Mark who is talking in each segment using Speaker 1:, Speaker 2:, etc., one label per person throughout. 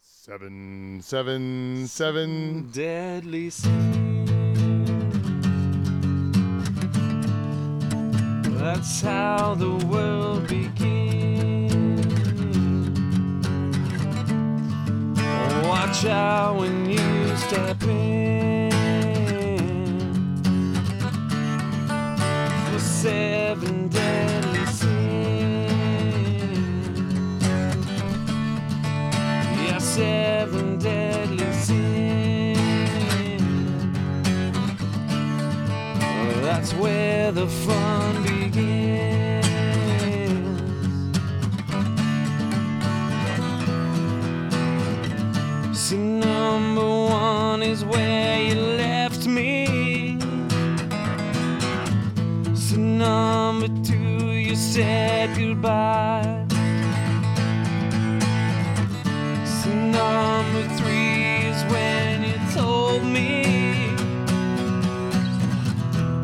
Speaker 1: Seven, seven, seven.
Speaker 2: Deadly sin. That's how the world begins. Watch out when you step in. The seven deadly sins. Yeah, seven deadly sins. Well, That's where the fun begins. So number one is where you left me. So number two, you said goodbye. So number three is when you told me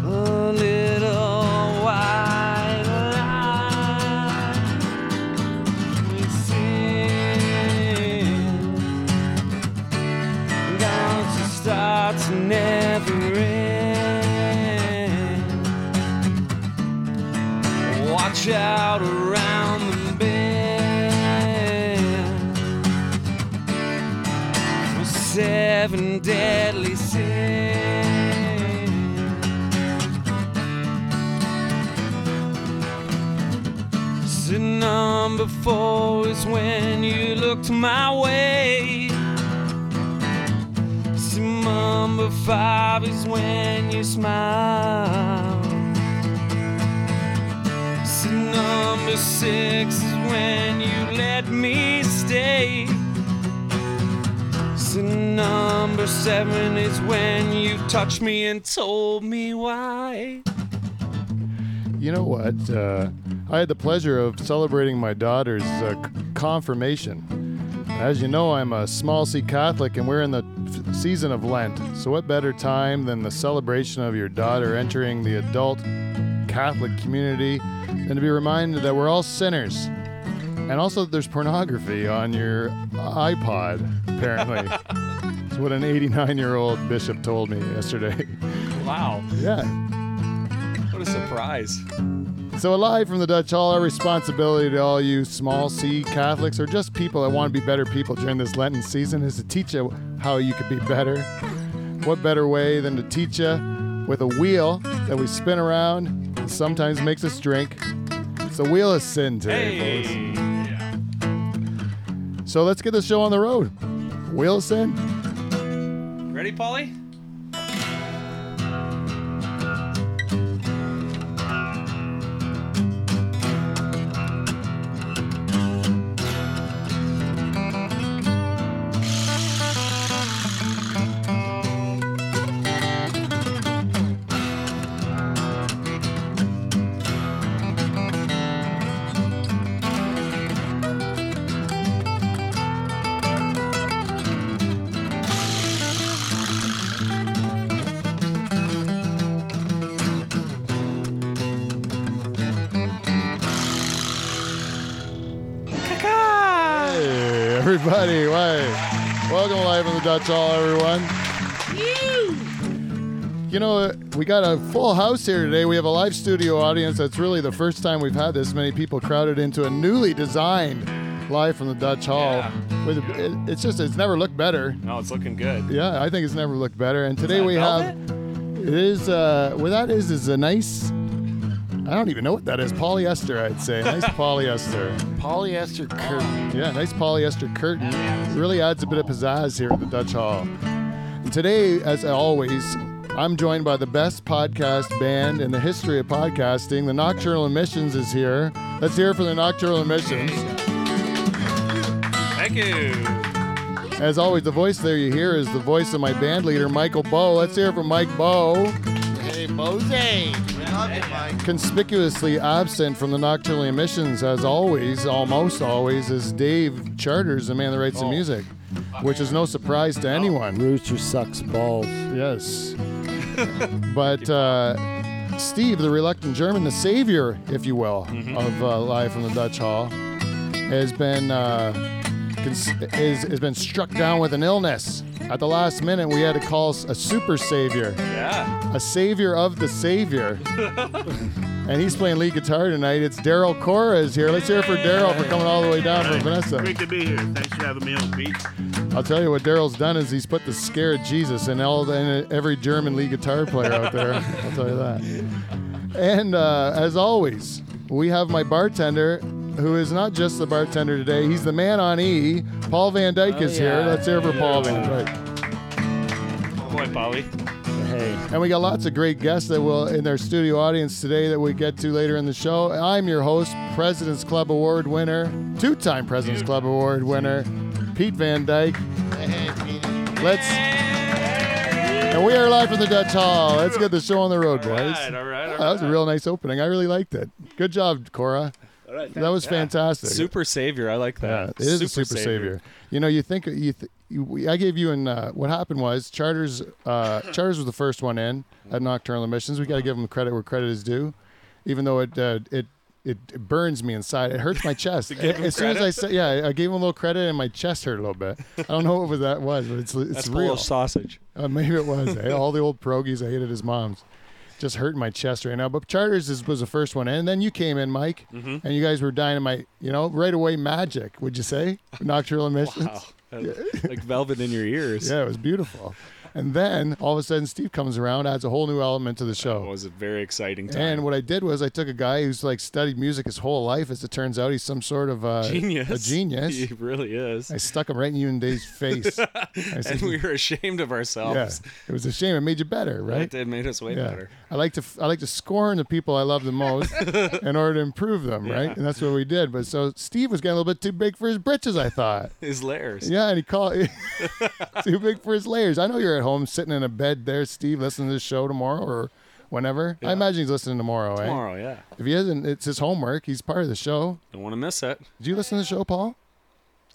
Speaker 2: a little white lie is sin. Don't you start to never end. Watch out around the bend for seven deadly sins. Sin number four is when you looked my way. Sin number five is when you smile. Sin number six is when you let me stay. Sin number seven is when you touched me and told me why.
Speaker 1: You know what? Uh, I had the pleasure of celebrating my daughter's uh, c- confirmation. As you know, I'm a small C Catholic and we're in the f- season of Lent. So, what better time than the celebration of your daughter entering the adult Catholic community than to be reminded that we're all sinners? And also, that there's pornography on your uh, iPod, apparently. That's what an 89 year old bishop told me yesterday.
Speaker 2: Wow,
Speaker 1: yeah.
Speaker 2: what a surprise.
Speaker 1: So, alive from the Dutch Hall, our responsibility to all you small C Catholics or just people that want to be better people during this Lenten season is to teach you how you could be better. What better way than to teach you with a wheel that we spin around and sometimes makes us drink? It's the wheel of sin today, folks.
Speaker 2: Hey.
Speaker 1: So, let's get this show on the road. Wheel of sin.
Speaker 2: Ready, Polly? Kaka!
Speaker 1: Hey, everybody. Why? Welcome live on the Dutch Hall, everyone. You know, uh, we got a full house here today. We have a live studio audience. That's really the first time we've had this many people crowded into a newly designed live from the Dutch Hall.
Speaker 2: Yeah.
Speaker 1: With a, it, it's just, it's never looked better.
Speaker 2: No, it's looking good.
Speaker 1: Yeah, I think it's never looked better. And today
Speaker 2: that
Speaker 1: we
Speaker 2: velvet?
Speaker 1: have, it is, uh, what that is, is a nice, I don't even know what that is, polyester, I'd say. Nice polyester.
Speaker 3: Polyester curtain.
Speaker 1: Yeah, nice polyester curtain. Really adds a bit of pizzazz here at the Dutch Hall. And today, as always, I'm joined by the best podcast band in the history of podcasting. The Nocturnal Emissions is here. Let's hear it for the Nocturnal Emissions.
Speaker 2: Thank you.
Speaker 1: As always, the voice there you hear is the voice of my band leader, Michael Bow. Let's hear it for Mike Bow.
Speaker 3: Hey, Mose.
Speaker 1: Conspicuously absent from the Nocturnal Emissions, as always, almost always, is Dave Charters, the man that writes the music, which is no surprise to anyone.
Speaker 3: Oh, Rooster sucks balls.
Speaker 1: Yes. but uh, Steve, the reluctant German, the savior, if you will, of uh, Live from the Dutch Hall, has been uh, cons- is, has been struck down with an illness. At the last minute, we had to call s- a super savior,
Speaker 4: Yeah.
Speaker 1: a savior of the savior. and he's playing lead guitar tonight. It's Daryl Cora is here. Let's hear it for Daryl for coming all the way down from Vanessa.
Speaker 5: Great to be here. Thanks for having me on, Pete.
Speaker 4: Oh,
Speaker 1: I'll tell you what Daryl's done is he's put the scare of Jesus in all the, in every German lead guitar player out there. I'll tell you that. And uh, as always, we have my bartender, who is not just the bartender today. He's the man on E. Paul Van Dyke is here.
Speaker 2: yeah.
Speaker 1: Let's hear it for Paul Van Dyke.
Speaker 4: Boy, Polly.
Speaker 2: Hey.
Speaker 1: And we got lots of great guests that will in their studio audience today that we get to later in the show. I'm your host, President's Club Award winner, two-time President's Club Award winner, Pete Van Dyke.
Speaker 2: Hey, Peter.
Speaker 1: Let's and we are live from the Dutch Hall. Let's get the show on the road, boys.
Speaker 4: All right, all right, all
Speaker 1: That was a
Speaker 4: right.
Speaker 1: real nice opening. I really liked it. Good job, Cora.
Speaker 5: All right.
Speaker 1: That was fantastic.
Speaker 4: Super savior. I like
Speaker 1: Yeah,
Speaker 4: that.
Speaker 1: it is a super savior. You know, you think you. Th- you- we- I gave you and uh, what happened was charters. Uh, charters was the first one in at Nocturnal Emissions. We got to give them credit where credit is due, even though it uh, it it burns me inside. It hurts my chest. as
Speaker 4: 'em
Speaker 1: soon as I said, yeah, I gave him a little credit, and my chest hurt a little bit. I don't know what was that was, but it's it's
Speaker 4: That's
Speaker 1: real.
Speaker 4: Polish sausage.
Speaker 1: Uh, maybe it was. eh? All the old pierogies I ate at his mom's. Just hurting my chest right now. But Charters is, was the first one. in. And then you came in, Mike,
Speaker 4: Mm-hmm.
Speaker 1: and you guys were dynamite, you know, right away magic, would you say? Nocturnal emissions.
Speaker 4: Wow. like velvet in your ears.
Speaker 1: Yeah, it was beautiful. And then all of a sudden, Steve comes around, adds a whole new element to the
Speaker 4: It
Speaker 1: show.
Speaker 4: was a very exciting time.
Speaker 1: And what I did was I took a guy who's like studied music his whole life. As it turns out, he's some sort of uh,
Speaker 4: genius.
Speaker 1: A
Speaker 4: He
Speaker 1: genius.
Speaker 4: really is.
Speaker 1: I stuck him right in you and Dave's face. I said,
Speaker 4: and we were ashamed of
Speaker 1: yeah,
Speaker 4: ourselves.
Speaker 1: it was a shame. It made you better, right?
Speaker 4: It did made us way better.
Speaker 1: I like to I like to scorn the people I love the most in order to improve them, right? And that's what we did. But so Steve was getting a little bit too big for his britches, I thought.
Speaker 4: His layers.
Speaker 1: Yeah, and he called too big for his layers. I know you're at home sitting in a bed there, Steve, listening to this show tomorrow or whenever. I imagine he's listening tomorrow, eh?
Speaker 4: Tomorrow, yeah.
Speaker 1: If he isn't, it's his homework. He's part of the show.
Speaker 4: Don't want to miss it.
Speaker 1: Do you listen to the show, Paul?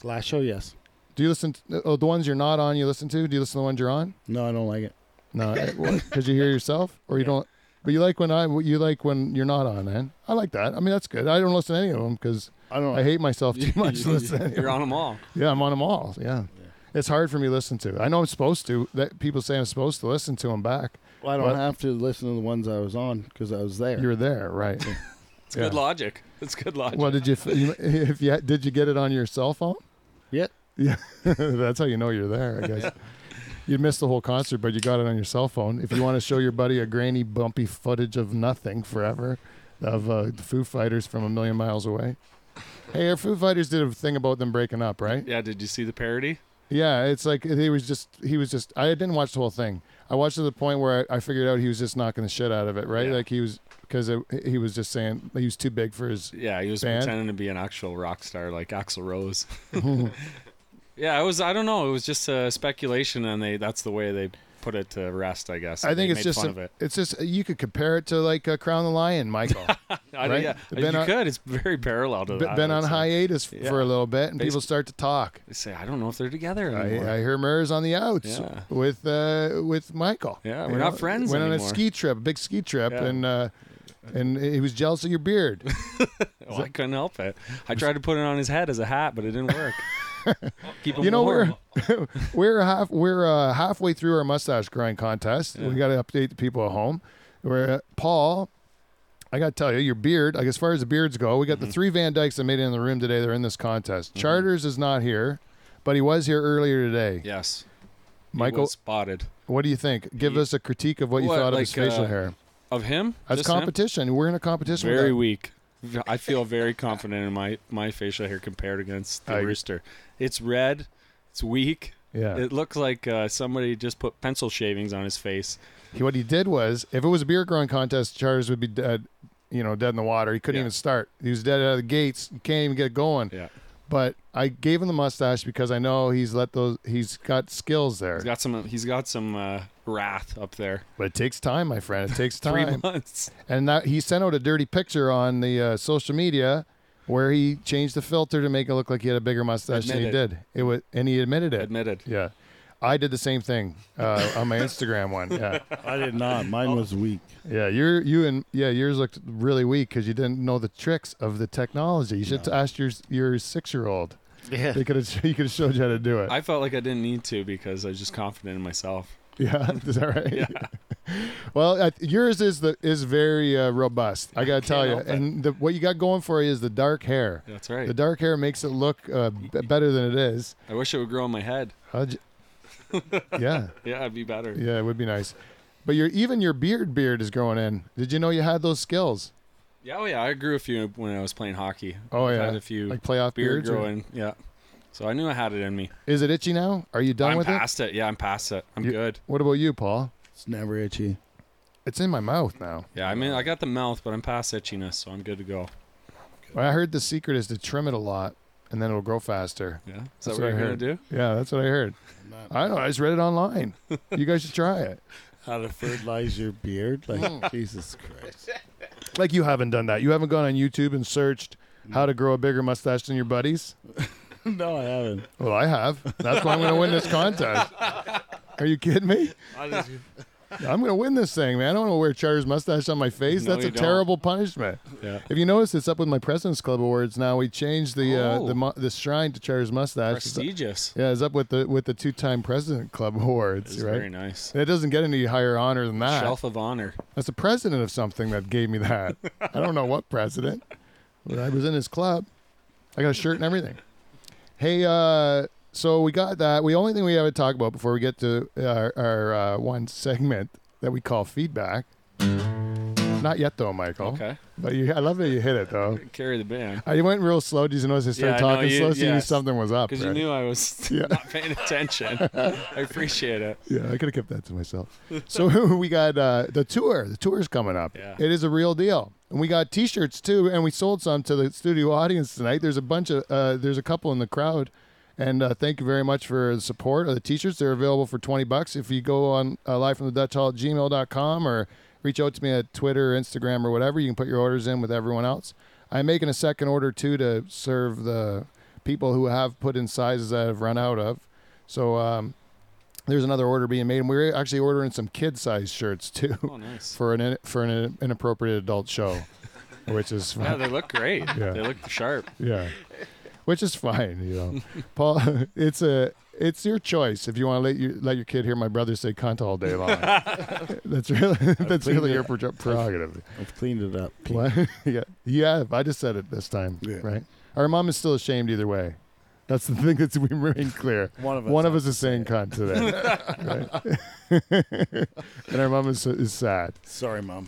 Speaker 2: Last show, yes.
Speaker 1: Do you listen to oh, the ones you're not on? You listen to? Do you listen to the ones you're on?
Speaker 2: No, I don't like it.
Speaker 1: No, because you hear yourself, or you don't. But you like when I, you like when you're not on, man. I like that. I mean, that's good. I don't listen to any of them because
Speaker 2: I don't.
Speaker 1: I hate myself too much. to listen to any of 'em.
Speaker 4: Oh, You're on them all.
Speaker 1: Yeah, I'm on them all. Yeah. it's hard for me to listen to. I know I'm supposed to. That people say I'm supposed to listen to them back.
Speaker 2: Well, I don't
Speaker 1: What?
Speaker 2: have to listen to the ones I was on because I was there.
Speaker 1: You were there, right?
Speaker 4: It's
Speaker 1: Yeah.
Speaker 4: good logic. It's good logic.
Speaker 1: well, did you? f- you- If you did, you get it on your cell phone?
Speaker 2: Yep.
Speaker 1: Yeah, that's how you know you're there. I guess you missed the whole concert, but you got it on your cell phone. If you want to show your buddy a grainy, bumpy footage of nothing forever, of uh, the Foo Fighters from a million miles away. Hey, our Foo Fighters did a thing about them breaking up, right?
Speaker 4: yeah, did you see the parody?
Speaker 1: Yeah, it's like he was just he was just I didn't watch the whole thing. I watched to the point where I, I figured out he was just knocking the shit out of it, right?
Speaker 4: Yeah.
Speaker 1: Like he was because he was just saying he was too big for his.
Speaker 4: Yeah, he was
Speaker 1: Band?
Speaker 4: pretending to be an actual rock star like Axl Rose. yeah, it was. I don't know. It was just a speculation, and they that's the way they put it to rest. I guess.
Speaker 1: I think it's
Speaker 4: They made
Speaker 1: just
Speaker 4: fun
Speaker 1: a-
Speaker 4: of it.
Speaker 1: it's just you could compare it to like uh, Crown the Lion, Michael.
Speaker 4: I,
Speaker 1: right?
Speaker 4: Yeah,
Speaker 1: Been
Speaker 4: you
Speaker 1: on-
Speaker 4: could. It's very parallel to
Speaker 1: Be-
Speaker 4: that.
Speaker 1: been
Speaker 4: I
Speaker 1: on
Speaker 4: would say.
Speaker 1: hiatus f
Speaker 4: Yeah.
Speaker 1: for a little bit, and
Speaker 4: Basi-
Speaker 1: people start to talk.
Speaker 4: They say I don't know if they're together
Speaker 1: I,
Speaker 4: anymore.
Speaker 1: I hear Murr's on the outs
Speaker 4: Yeah.
Speaker 1: with uh, with Michael.
Speaker 4: Yeah, we're not friends
Speaker 1: Went on a
Speaker 4: anymore.
Speaker 1: ski trip, a big ski trip,
Speaker 4: Yeah.
Speaker 1: and uh, and he was jealous of your beard.
Speaker 4: Well, Oh, I couldn't help it. I tried to put it on his head as a hat, but it didn't work. Keep him
Speaker 1: You know
Speaker 4: warm.
Speaker 1: we're we're half we're uh, halfway through our mustache growing contest. We got to update the people at home. We're uh, Paul. I got to tell you, your beard. Like as far as the beards go, we got
Speaker 4: Mm-hmm.
Speaker 1: the three Van Dykes that made it in the room today. They're in this contest. Charters is not here, but he was here earlier today.
Speaker 4: yes, He
Speaker 1: Michael,
Speaker 4: was spotted
Speaker 1: What do you think? Give
Speaker 4: Ye-
Speaker 1: us a critique of what you
Speaker 4: What,
Speaker 1: thought of
Speaker 4: like,
Speaker 1: his facial
Speaker 4: uh,
Speaker 1: hair.
Speaker 4: of him.
Speaker 1: That's
Speaker 4: Just him?
Speaker 1: competition. We're in a competition. with
Speaker 4: Very
Speaker 1: that.
Speaker 4: weak. V- I feel very confident in my my facial hair compared against the
Speaker 1: I-
Speaker 4: rooster. It's red. It's weak.
Speaker 1: Yeah.
Speaker 4: It looks like uh, somebody just put pencil shavings on his face.
Speaker 1: He- what he did was, if it was a beer growing contest, Charters would be dead. You know, dead in the water. He couldn't
Speaker 4: Yeah.
Speaker 1: even start. He was dead out of the gates. You can't even get going.
Speaker 4: Yeah.
Speaker 1: But I gave him the mustache because I know he's let those. He's got skills there.
Speaker 4: He's got some. He's got some uh, wrath up there.
Speaker 1: but it takes time, my friend. It takes
Speaker 4: Three
Speaker 1: time.
Speaker 4: months.
Speaker 1: and that he sent out a dirty picture on the uh, social media where he changed the filter to make it look like he had a bigger mustache than
Speaker 4: Admitted.
Speaker 1: he did. It was, and he admitted it.
Speaker 4: Admitted.
Speaker 1: Yeah. I did the same thing uh, on my Instagram one. Yeah,
Speaker 2: I did not. Mine was weak.
Speaker 1: yeah. Your you and yeah, yours looked really weak because you didn't know the tricks of the technology. You should ask your your six year old.
Speaker 2: Yeah.
Speaker 1: They could have he could have showed you how to do it.
Speaker 4: I felt like I didn't need to because I was just confident in myself.
Speaker 1: yeah, is that right?
Speaker 4: Yeah.
Speaker 1: Well, I, yours is the is very uh, robust. I gotta tell you,
Speaker 4: help it.
Speaker 1: and the, what you got going for you is the dark hair.
Speaker 4: That's right.
Speaker 1: The dark hair makes it look uh, b- better than it is.
Speaker 4: I wish it would grow on my head.
Speaker 1: How'd you- yeah,
Speaker 4: Yeah, I'd be better.
Speaker 1: yeah, it would be nice. But your even your beard beard is growing in. Did you know you had those skills?
Speaker 4: Yeah, oh yeah, I grew a few when I was playing hockey.
Speaker 1: Oh
Speaker 4: I've
Speaker 1: yeah,
Speaker 4: had a few
Speaker 1: like playoff
Speaker 4: beard
Speaker 1: beards. or-
Speaker 4: growing. Yeah, so I knew I had it in me.
Speaker 1: Is it itchy now? Are you done
Speaker 4: I'm
Speaker 1: with it?
Speaker 4: past it? Yeah, I'm past it. I'm
Speaker 1: You-
Speaker 4: good.
Speaker 1: What about you, Paul?
Speaker 2: It's never itchy.
Speaker 1: It's in my mouth now.
Speaker 4: Yeah, I mean, I got the mouth, but I'm past itchiness, so I'm good to go.
Speaker 1: I heard the secret is to trim it a lot, and then it'll grow faster.
Speaker 4: Yeah, is
Speaker 1: That's
Speaker 4: that what
Speaker 1: what I
Speaker 4: you're gonna
Speaker 1: heard.
Speaker 4: do?
Speaker 1: Yeah, that's what I heard.
Speaker 2: Not-
Speaker 1: I don't know. I just read it online. You guys should try it.
Speaker 2: How to fertilize your beard? Like Jesus Christ.
Speaker 1: Like you haven't done that. You haven't gone on YouTube and searched how to grow a bigger mustache than your buddies.
Speaker 2: no, I haven't.
Speaker 1: Well, I have. That's why I'm going to win this contest. Are you kidding me? I'm going to win this thing, man. I don't want to wear Charter's mustache on my face.
Speaker 4: No,
Speaker 1: That's a
Speaker 4: you don't.
Speaker 1: terrible punishment.
Speaker 4: Yeah.
Speaker 1: If you notice, it's up with my President's Club Awards now. We changed the uh,
Speaker 4: Oh.
Speaker 1: the mu- the shrine to Charter's mustache. It's-
Speaker 4: Prestigious.
Speaker 1: Yeah, it's up with the with the two time President Club Awards,
Speaker 4: It's
Speaker 1: right?
Speaker 4: very nice.
Speaker 1: It doesn't get any higher honor than that.
Speaker 4: Shelf of honor.
Speaker 1: That's the president of something that gave me that. I don't know what president, but I was in his club. I got a shirt and everything. Hey, uh, so we got that. We only thing we have to talk about before we get to our, our uh, one segment that we call feedback. Not yet though, Michael.
Speaker 4: Okay,
Speaker 1: But you, I love that you hit it though.
Speaker 4: carry the band
Speaker 1: I went real slow. Did you notice I started
Speaker 4: Yeah, I know,
Speaker 1: talking
Speaker 4: you-
Speaker 1: slow? So you knew
Speaker 4: yes.
Speaker 1: something was up.
Speaker 4: because you
Speaker 1: right?
Speaker 4: knew I was
Speaker 1: Yeah.
Speaker 4: not paying attention. I appreciate it.
Speaker 1: Yeah, I could have kept that to myself. So we got uh, the tour. The tour's coming up.
Speaker 4: Yeah.
Speaker 1: It is a real deal. And we got T-shirts too, and we sold some to the studio audience tonight. There's a bunch of uh, there's a couple in the crowd, and uh, thank you very much for the support of the T-shirts. They're available for twenty bucks if you go on uh, live from the Dutch Hall at gmail.com or reach out to me at Twitter, Instagram, or whatever. You can put your orders in with everyone else. I'm making a second order too to serve the people who have put in sizes that have run out of. So um, there's another order being made, and we we're actually ordering some kid-sized shirts too
Speaker 4: Oh, nice.
Speaker 1: for an for an inappropriate adult show, which is
Speaker 4: Yeah,
Speaker 1: fine.
Speaker 4: they look great.
Speaker 1: Yeah.
Speaker 4: They look sharp.
Speaker 1: yeah, which is fine. You know, Paul, it's a it's your choice if you want to let you let your kid hear my brother say cunt all day long. that's really that's really your pre- prerogative.
Speaker 2: I've cleaned it up.
Speaker 1: What? yeah, yeah. I just said it this time,
Speaker 2: Yeah.
Speaker 1: right? Our mom is still ashamed either way. That's the thing that's we remain clear.
Speaker 2: One of us.
Speaker 1: One of us is saying cunt today, right? and our mom is, is sad.
Speaker 2: Sorry, mom.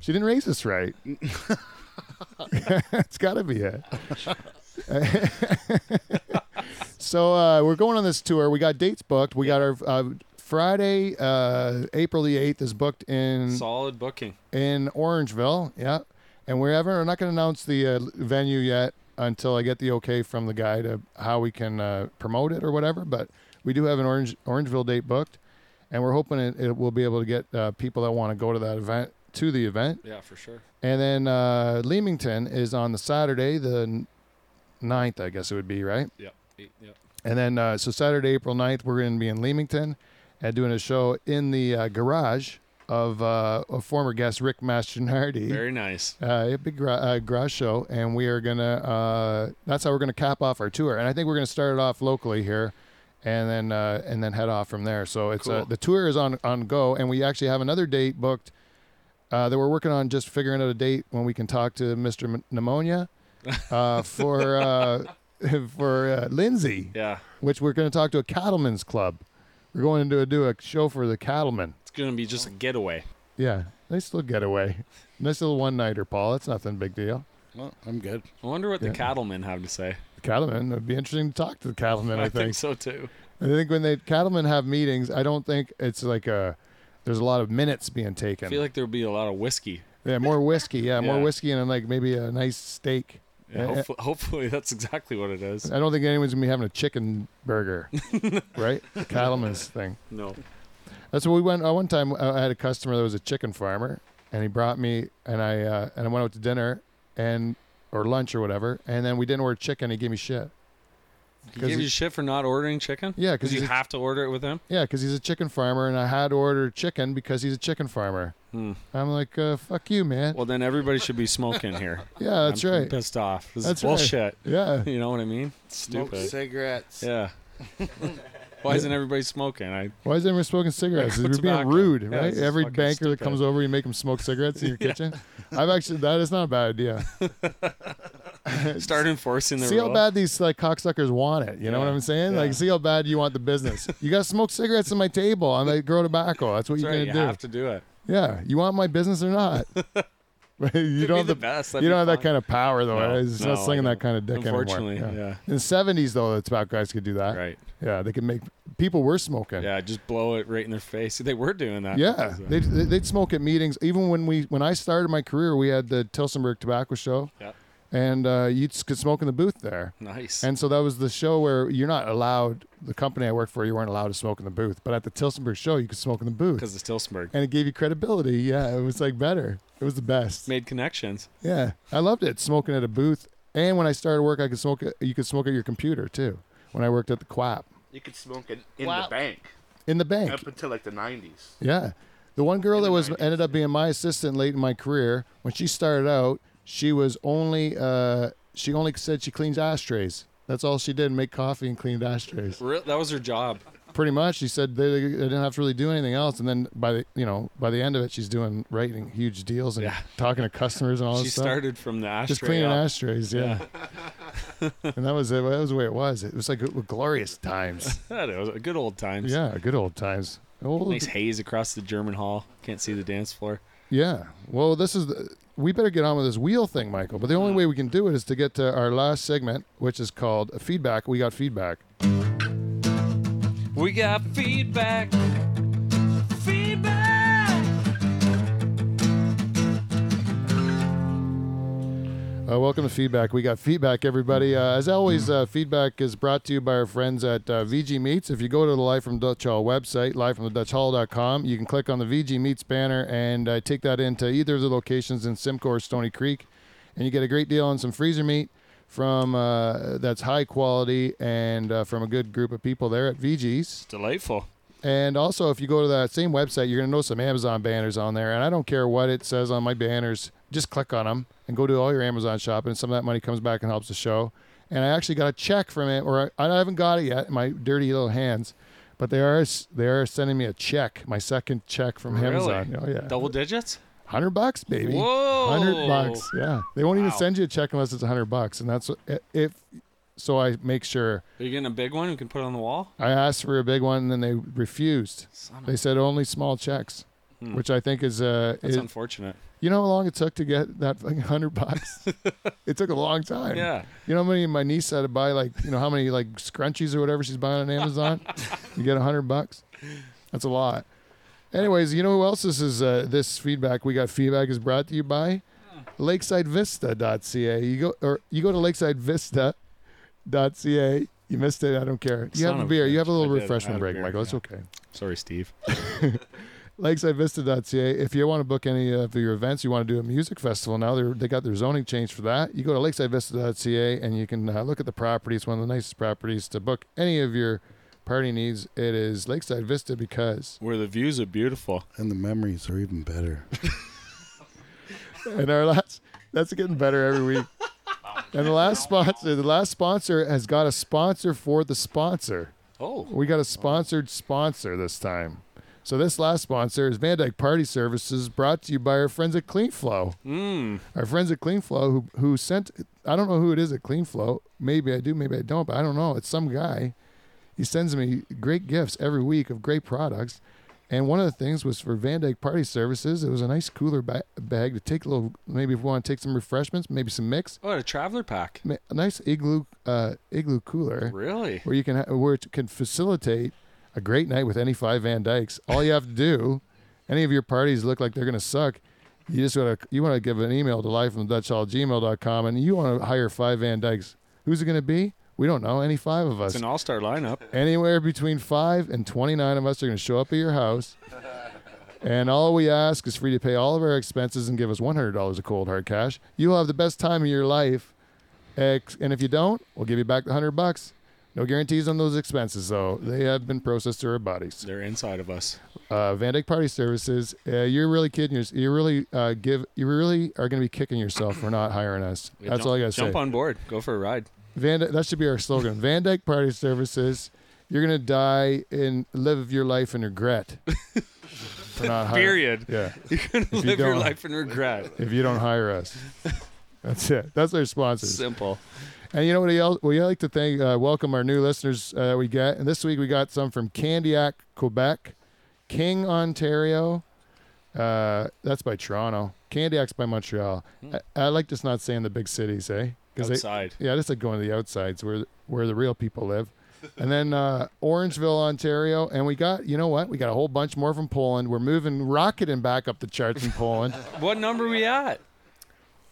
Speaker 1: She didn't raise us right. it's got to be it. so uh, we're going on this tour. We got dates booked. We got our uh, Friday, uh, April the eighth is booked in
Speaker 4: Solid booking.
Speaker 1: in Orangeville. Yeah, and we're ever. We're not going to announce the uh, venue yet until I get the okay from the guy to how we can uh, promote it or whatever. But we do have an Orange Orangeville date booked, and we're hoping it, it will be able to get uh, people that want to go to that event to the event.
Speaker 4: Yeah, for sure.
Speaker 1: And then uh, Leamington is on the Saturday, the n- 9th, I guess it would be, right?
Speaker 4: Yep. Yep.
Speaker 1: And then, uh, so Saturday, April 9th, we're going to be in Leamington and doing a show in the uh, garage of uh, a former guest, Rick Mastronardi.
Speaker 4: Very nice.
Speaker 1: Uh, a big gra- uh, garage show, and we are gonna. Uh, that's how we're gonna cap off our tour, and I think we're gonna start it off locally here, and then uh, and then head off from there. So it's uh,
Speaker 4: Cool.
Speaker 1: the tour is on on go, and we actually have another date booked uh, that we're working on just figuring out a date when we can talk to Mr. M- Pneumonia uh, for uh, for uh, Lindsay,
Speaker 4: Yeah.
Speaker 1: which we're going to talk to a cattleman's club. We're going to do a show for the cattlemen.
Speaker 4: It's gonna be just a getaway.
Speaker 1: Yeah, nice little getaway, nice little one nighter, Paul. That's nothing big deal.
Speaker 2: Well, I'm good.
Speaker 4: I wonder what
Speaker 1: Yeah.
Speaker 4: the cattlemen have to say.
Speaker 1: The cattlemen. It'd be interesting to talk to the cattlemen.
Speaker 4: I,
Speaker 1: I, think.
Speaker 4: think. so too.
Speaker 1: I think when the cattlemen have meetings, I don't think it's like a. There's a lot of minutes being
Speaker 4: I
Speaker 1: taken.
Speaker 4: feel like there'll be a lot of whiskey.
Speaker 1: yeah, more whiskey. Yeah, more
Speaker 4: Yeah.
Speaker 1: whiskey and then, like maybe a nice steak.
Speaker 4: Yeah,
Speaker 1: Yeah.
Speaker 4: hopefully, hopefully that's exactly what it is.
Speaker 1: I don't think anyone's gonna be having a chicken burger, right? The Cattleman's thing.
Speaker 4: No.
Speaker 1: That's what we went. Uh, one time, uh, I had a customer that was a chicken farmer, and he brought me, and I uh, and I went out to dinner and or lunch or whatever, and then we didn't order chicken. He gave me shit.
Speaker 4: He
Speaker 1: 'Cause
Speaker 4: gave
Speaker 1: he-
Speaker 4: you shit for not ordering chicken?
Speaker 1: Yeah, because
Speaker 4: Because you
Speaker 1: he's a,
Speaker 4: have to order it with him?
Speaker 1: yeah, because he's a chicken farmer, and I had to order chicken because he's a chicken farmer. I'm like, uh, fuck you, man.
Speaker 4: Hmm. Well, then everybody should be smoking here.
Speaker 1: yeah, that's
Speaker 4: I'm
Speaker 1: right.
Speaker 4: Pissed off. This
Speaker 1: That's
Speaker 4: is bullshit.
Speaker 1: Yeah.
Speaker 4: You know what I mean? It's
Speaker 2: Smoke
Speaker 4: Stupid.
Speaker 2: cigarettes.
Speaker 4: Yeah. Why isn't everybody smoking? I
Speaker 1: Why is everyone smoking cigarettes?
Speaker 4: Like,
Speaker 1: You're
Speaker 4: with
Speaker 1: being
Speaker 4: tobacco.
Speaker 1: rude,
Speaker 4: Yeah,
Speaker 1: right?
Speaker 4: this is
Speaker 1: Every
Speaker 4: fucking
Speaker 1: banker that
Speaker 4: stupid.
Speaker 1: comes over, you make them smoke cigarettes in your kitchen. I've actually that is not a bad idea.
Speaker 4: start enforcing the
Speaker 1: See
Speaker 4: rule.
Speaker 1: how bad these like cocksuckers want it. You know
Speaker 4: Yeah.
Speaker 1: what I'm saying? Like,
Speaker 4: Yeah.
Speaker 1: see how bad you want the business. you got to smoke cigarettes in my table. I'm like, grow tobacco. That's what
Speaker 4: That's
Speaker 1: you're
Speaker 4: right, you
Speaker 1: gonna do.
Speaker 4: have to do it.
Speaker 1: Yeah, you want my business or not? But you
Speaker 4: It'd
Speaker 1: don't
Speaker 4: be
Speaker 1: have
Speaker 4: the
Speaker 1: the,
Speaker 4: best. That'd
Speaker 1: you
Speaker 4: be
Speaker 1: don't have that
Speaker 4: fun.
Speaker 1: kind of power though.
Speaker 4: No,
Speaker 1: right? It's
Speaker 4: no,
Speaker 1: not slinging
Speaker 4: I
Speaker 1: that kind of dick
Speaker 4: Unfortunately,
Speaker 1: anymore.
Speaker 4: yeah.
Speaker 1: In the 70s though, the tobacco guys could do that.
Speaker 4: Right.
Speaker 1: Yeah, they could make people were smoking.
Speaker 4: Yeah, just blow it right in their face. They were doing that. uh,
Speaker 1: Yeah,
Speaker 4: So-
Speaker 1: they'd, they'd smoke at meetings. Even when we when I started my career, we had the Tilsonburg Tobacco Show,
Speaker 4: Yep.
Speaker 1: and uh, you just could smoke in the booth there.
Speaker 4: Nice.
Speaker 1: And so that was the show where you're not allowed. The company I worked for, you weren't allowed to smoke in the booth, but at the Tilsonburg Show, you could smoke in the booth,
Speaker 4: Because it's Tilsonburg.
Speaker 1: and it gave you credibility. Yeah, it was like better. It was the best.
Speaker 4: Made connections.
Speaker 1: Yeah, I loved it smoking at a booth. And when I started work, I could smoke. At, you could smoke at your computer too. When I worked at the Quap
Speaker 5: You could smoke it in
Speaker 1: Wow.
Speaker 5: the bank
Speaker 1: in the bank,
Speaker 5: up until like the 90s.
Speaker 1: Yeah. The one girl
Speaker 5: In the
Speaker 1: that was
Speaker 5: 90s,
Speaker 1: ended up being my assistant late in my career, when she started out, she was only uh, she only said she cleans ashtrays. That's all she did, make coffee and cleaned ashtrays.
Speaker 4: Real, that was her job.
Speaker 1: Pretty much, she said they, they didn't have to really do anything else. And then by the you know by the end of it, she's doing writing huge deals and
Speaker 4: Yeah.
Speaker 1: talking to customers and all
Speaker 4: She
Speaker 1: this stuff.
Speaker 4: started from the ashtray.
Speaker 1: just cleaning
Speaker 4: up.
Speaker 1: ashtrays, yeah. and that was it. That was the way it was. It was like glorious times.
Speaker 4: That was good old times.
Speaker 1: yeah, good old times. Old
Speaker 4: Nice haze across the German hall. Can't see the dance floor.
Speaker 1: Yeah. Well, this is the, we better get on with this wheel thing, Michael. But the only way we can do it is to get to our last segment, which is called feedback. We got feedback.
Speaker 4: We got feedback. Feedback.
Speaker 1: Uh, welcome to feedback. We got feedback, everybody. Uh, as always, uh, feedback is brought to you by our friends at uh, VG Meats. If you go to the Live from Dutch Hall website, livefromthedutchhall.com, you can click on the VG Meats banner and uh, take that into either of the locations in Simcoe or Stony Creek, and you get a great deal on some freezer meat from uh, that's high quality and uh, from a good group of people there at VG's.
Speaker 4: Delightful.
Speaker 1: And also, if you go to that same website, you're going to know some Amazon banners on there. And I don't care what it says on my banners, just click on them and go do all your Amazon shopping. And some of that money comes back and helps the show. And I actually got a check from it, or I, I haven't got it yet in my dirty little hands, but they are they are sending me a check, my second check from Amazon. Oh
Speaker 4: Really?
Speaker 1: yeah,
Speaker 4: Double digits?
Speaker 1: hundred bucks, baby.
Speaker 4: Whoa.
Speaker 1: Hundred bucks. Yeah, they won't even
Speaker 4: Wow.
Speaker 1: send you a check unless it's hundred bucks, and that's what, if. So I make sure
Speaker 4: Are you getting a big one you can put on the wall?
Speaker 1: I asked for a big one, and then they refused.
Speaker 4: Son of-
Speaker 1: They said only small checks,
Speaker 4: Hmm.
Speaker 1: which I think is uh,
Speaker 4: That's
Speaker 1: is-
Speaker 4: unfortunate.
Speaker 1: you know how long it took to get that fucking hundred bucks. it took a long time.
Speaker 4: Yeah.
Speaker 1: You know how many my niece had to buy like you know how many like scrunchies or whatever she's buying on Amazon. you get a hundred bucks. That's a lot. Anyways, you know who else this is? Uh, this feedback we got feedback is brought to you by
Speaker 4: Hmm.
Speaker 1: LakesideVista.ca. You go or you go to LakesideVista.ca. You missed it. I don't care. You
Speaker 4: Son
Speaker 1: have a
Speaker 4: of a
Speaker 1: beer. You
Speaker 4: bitch.
Speaker 1: have a
Speaker 4: I
Speaker 1: little
Speaker 4: did. I had
Speaker 1: refreshment
Speaker 4: a
Speaker 1: break,
Speaker 4: beer,
Speaker 1: Michael. It's
Speaker 4: yeah.
Speaker 1: okay.
Speaker 4: Sorry, Steve.
Speaker 1: LakesideVista.ca. If you want to book any of your events, you want to do a music festival now, they're, they got their zoning change for that. You go to LakesideVista.ca and you can uh, look at the property. It's one of the nicest properties to book any of your party needs. It is Lakeside Vista because.
Speaker 4: Where the views are beautiful.
Speaker 2: And the memories are even better.
Speaker 1: And our last, that's getting better every week. And the last sponsor, the last sponsor has got a sponsor for the sponsor.
Speaker 4: Oh.
Speaker 1: We got a sponsored sponsor this time. So this last sponsor is Van Dyke Party Services, brought to you by our friends at Clean Flow.
Speaker 4: Mm.
Speaker 1: our friends at Clean Flow who who sent I don't know who it is at Clean Flow. Maybe I do, maybe I don't, but I don't know. It's some guy. He sends me great gifts every week of great products. And one of the things was for Van Dyke Party Services. It was a nice cooler ba- bag to take a little, maybe if we want to take some refreshments, maybe some mix,
Speaker 4: Oh, a traveler pack.
Speaker 1: Ma- a nice igloo uh, igloo cooler
Speaker 4: Really?
Speaker 1: where you can ha- where it can facilitate a great night with any five Van Dykes. All you have to do, any of your parties look like they're going to suck. You just want to you want to give an email to live from gmail.com and you want to hire five Van Dykes. Who's it going to be? We don't know. Any five of us.
Speaker 4: It's an all star lineup.
Speaker 1: Anywhere between five and twenty nine of us are going to show up at your house. And all we ask is for you to pay all of our expenses and give us $100 of cold hard cash. You'll have the best time of your life. Ex- And if you don't, we'll give you back the 100 bucks. No guarantees on those expenses, though. They have been processed to our bodies.
Speaker 4: They're inside of us.
Speaker 1: Uh, Van Dyke Party Services, uh, you're really kidding. You're, you really uh, give. You really are going to be kicking yourself for not hiring us.
Speaker 4: Yeah,
Speaker 1: That's
Speaker 4: jump,
Speaker 1: all I got to say.
Speaker 4: Jump on board. Go for a ride.
Speaker 1: Van, that should be our slogan. Van Dyke Party Services. You're gonna die and live your life in regret. for not hiring-
Speaker 4: Period.
Speaker 1: Yeah.
Speaker 4: You're gonna
Speaker 1: you
Speaker 4: live your
Speaker 1: don't-
Speaker 4: life in regret.
Speaker 1: If you don't hire us, that's it. That's our sponsors.
Speaker 4: Simple.
Speaker 1: And you know what else? We like to thank, uh, welcome our new listeners uh, we got. And this week we got some from Candiac, Quebec, King, Ontario. Uh, that's by Toronto. Candiac's by Montreal. I, I like just not saying the big cities, eh? 'Cause they-
Speaker 4: Outside.
Speaker 1: yeah, I just like going to the outsides where where the real people live. And then uh, Orangeville, Ontario, and we got you know what? We got a whole bunch more from Poland. We're moving, rocketing back up the charts in Poland.
Speaker 4: What number we at?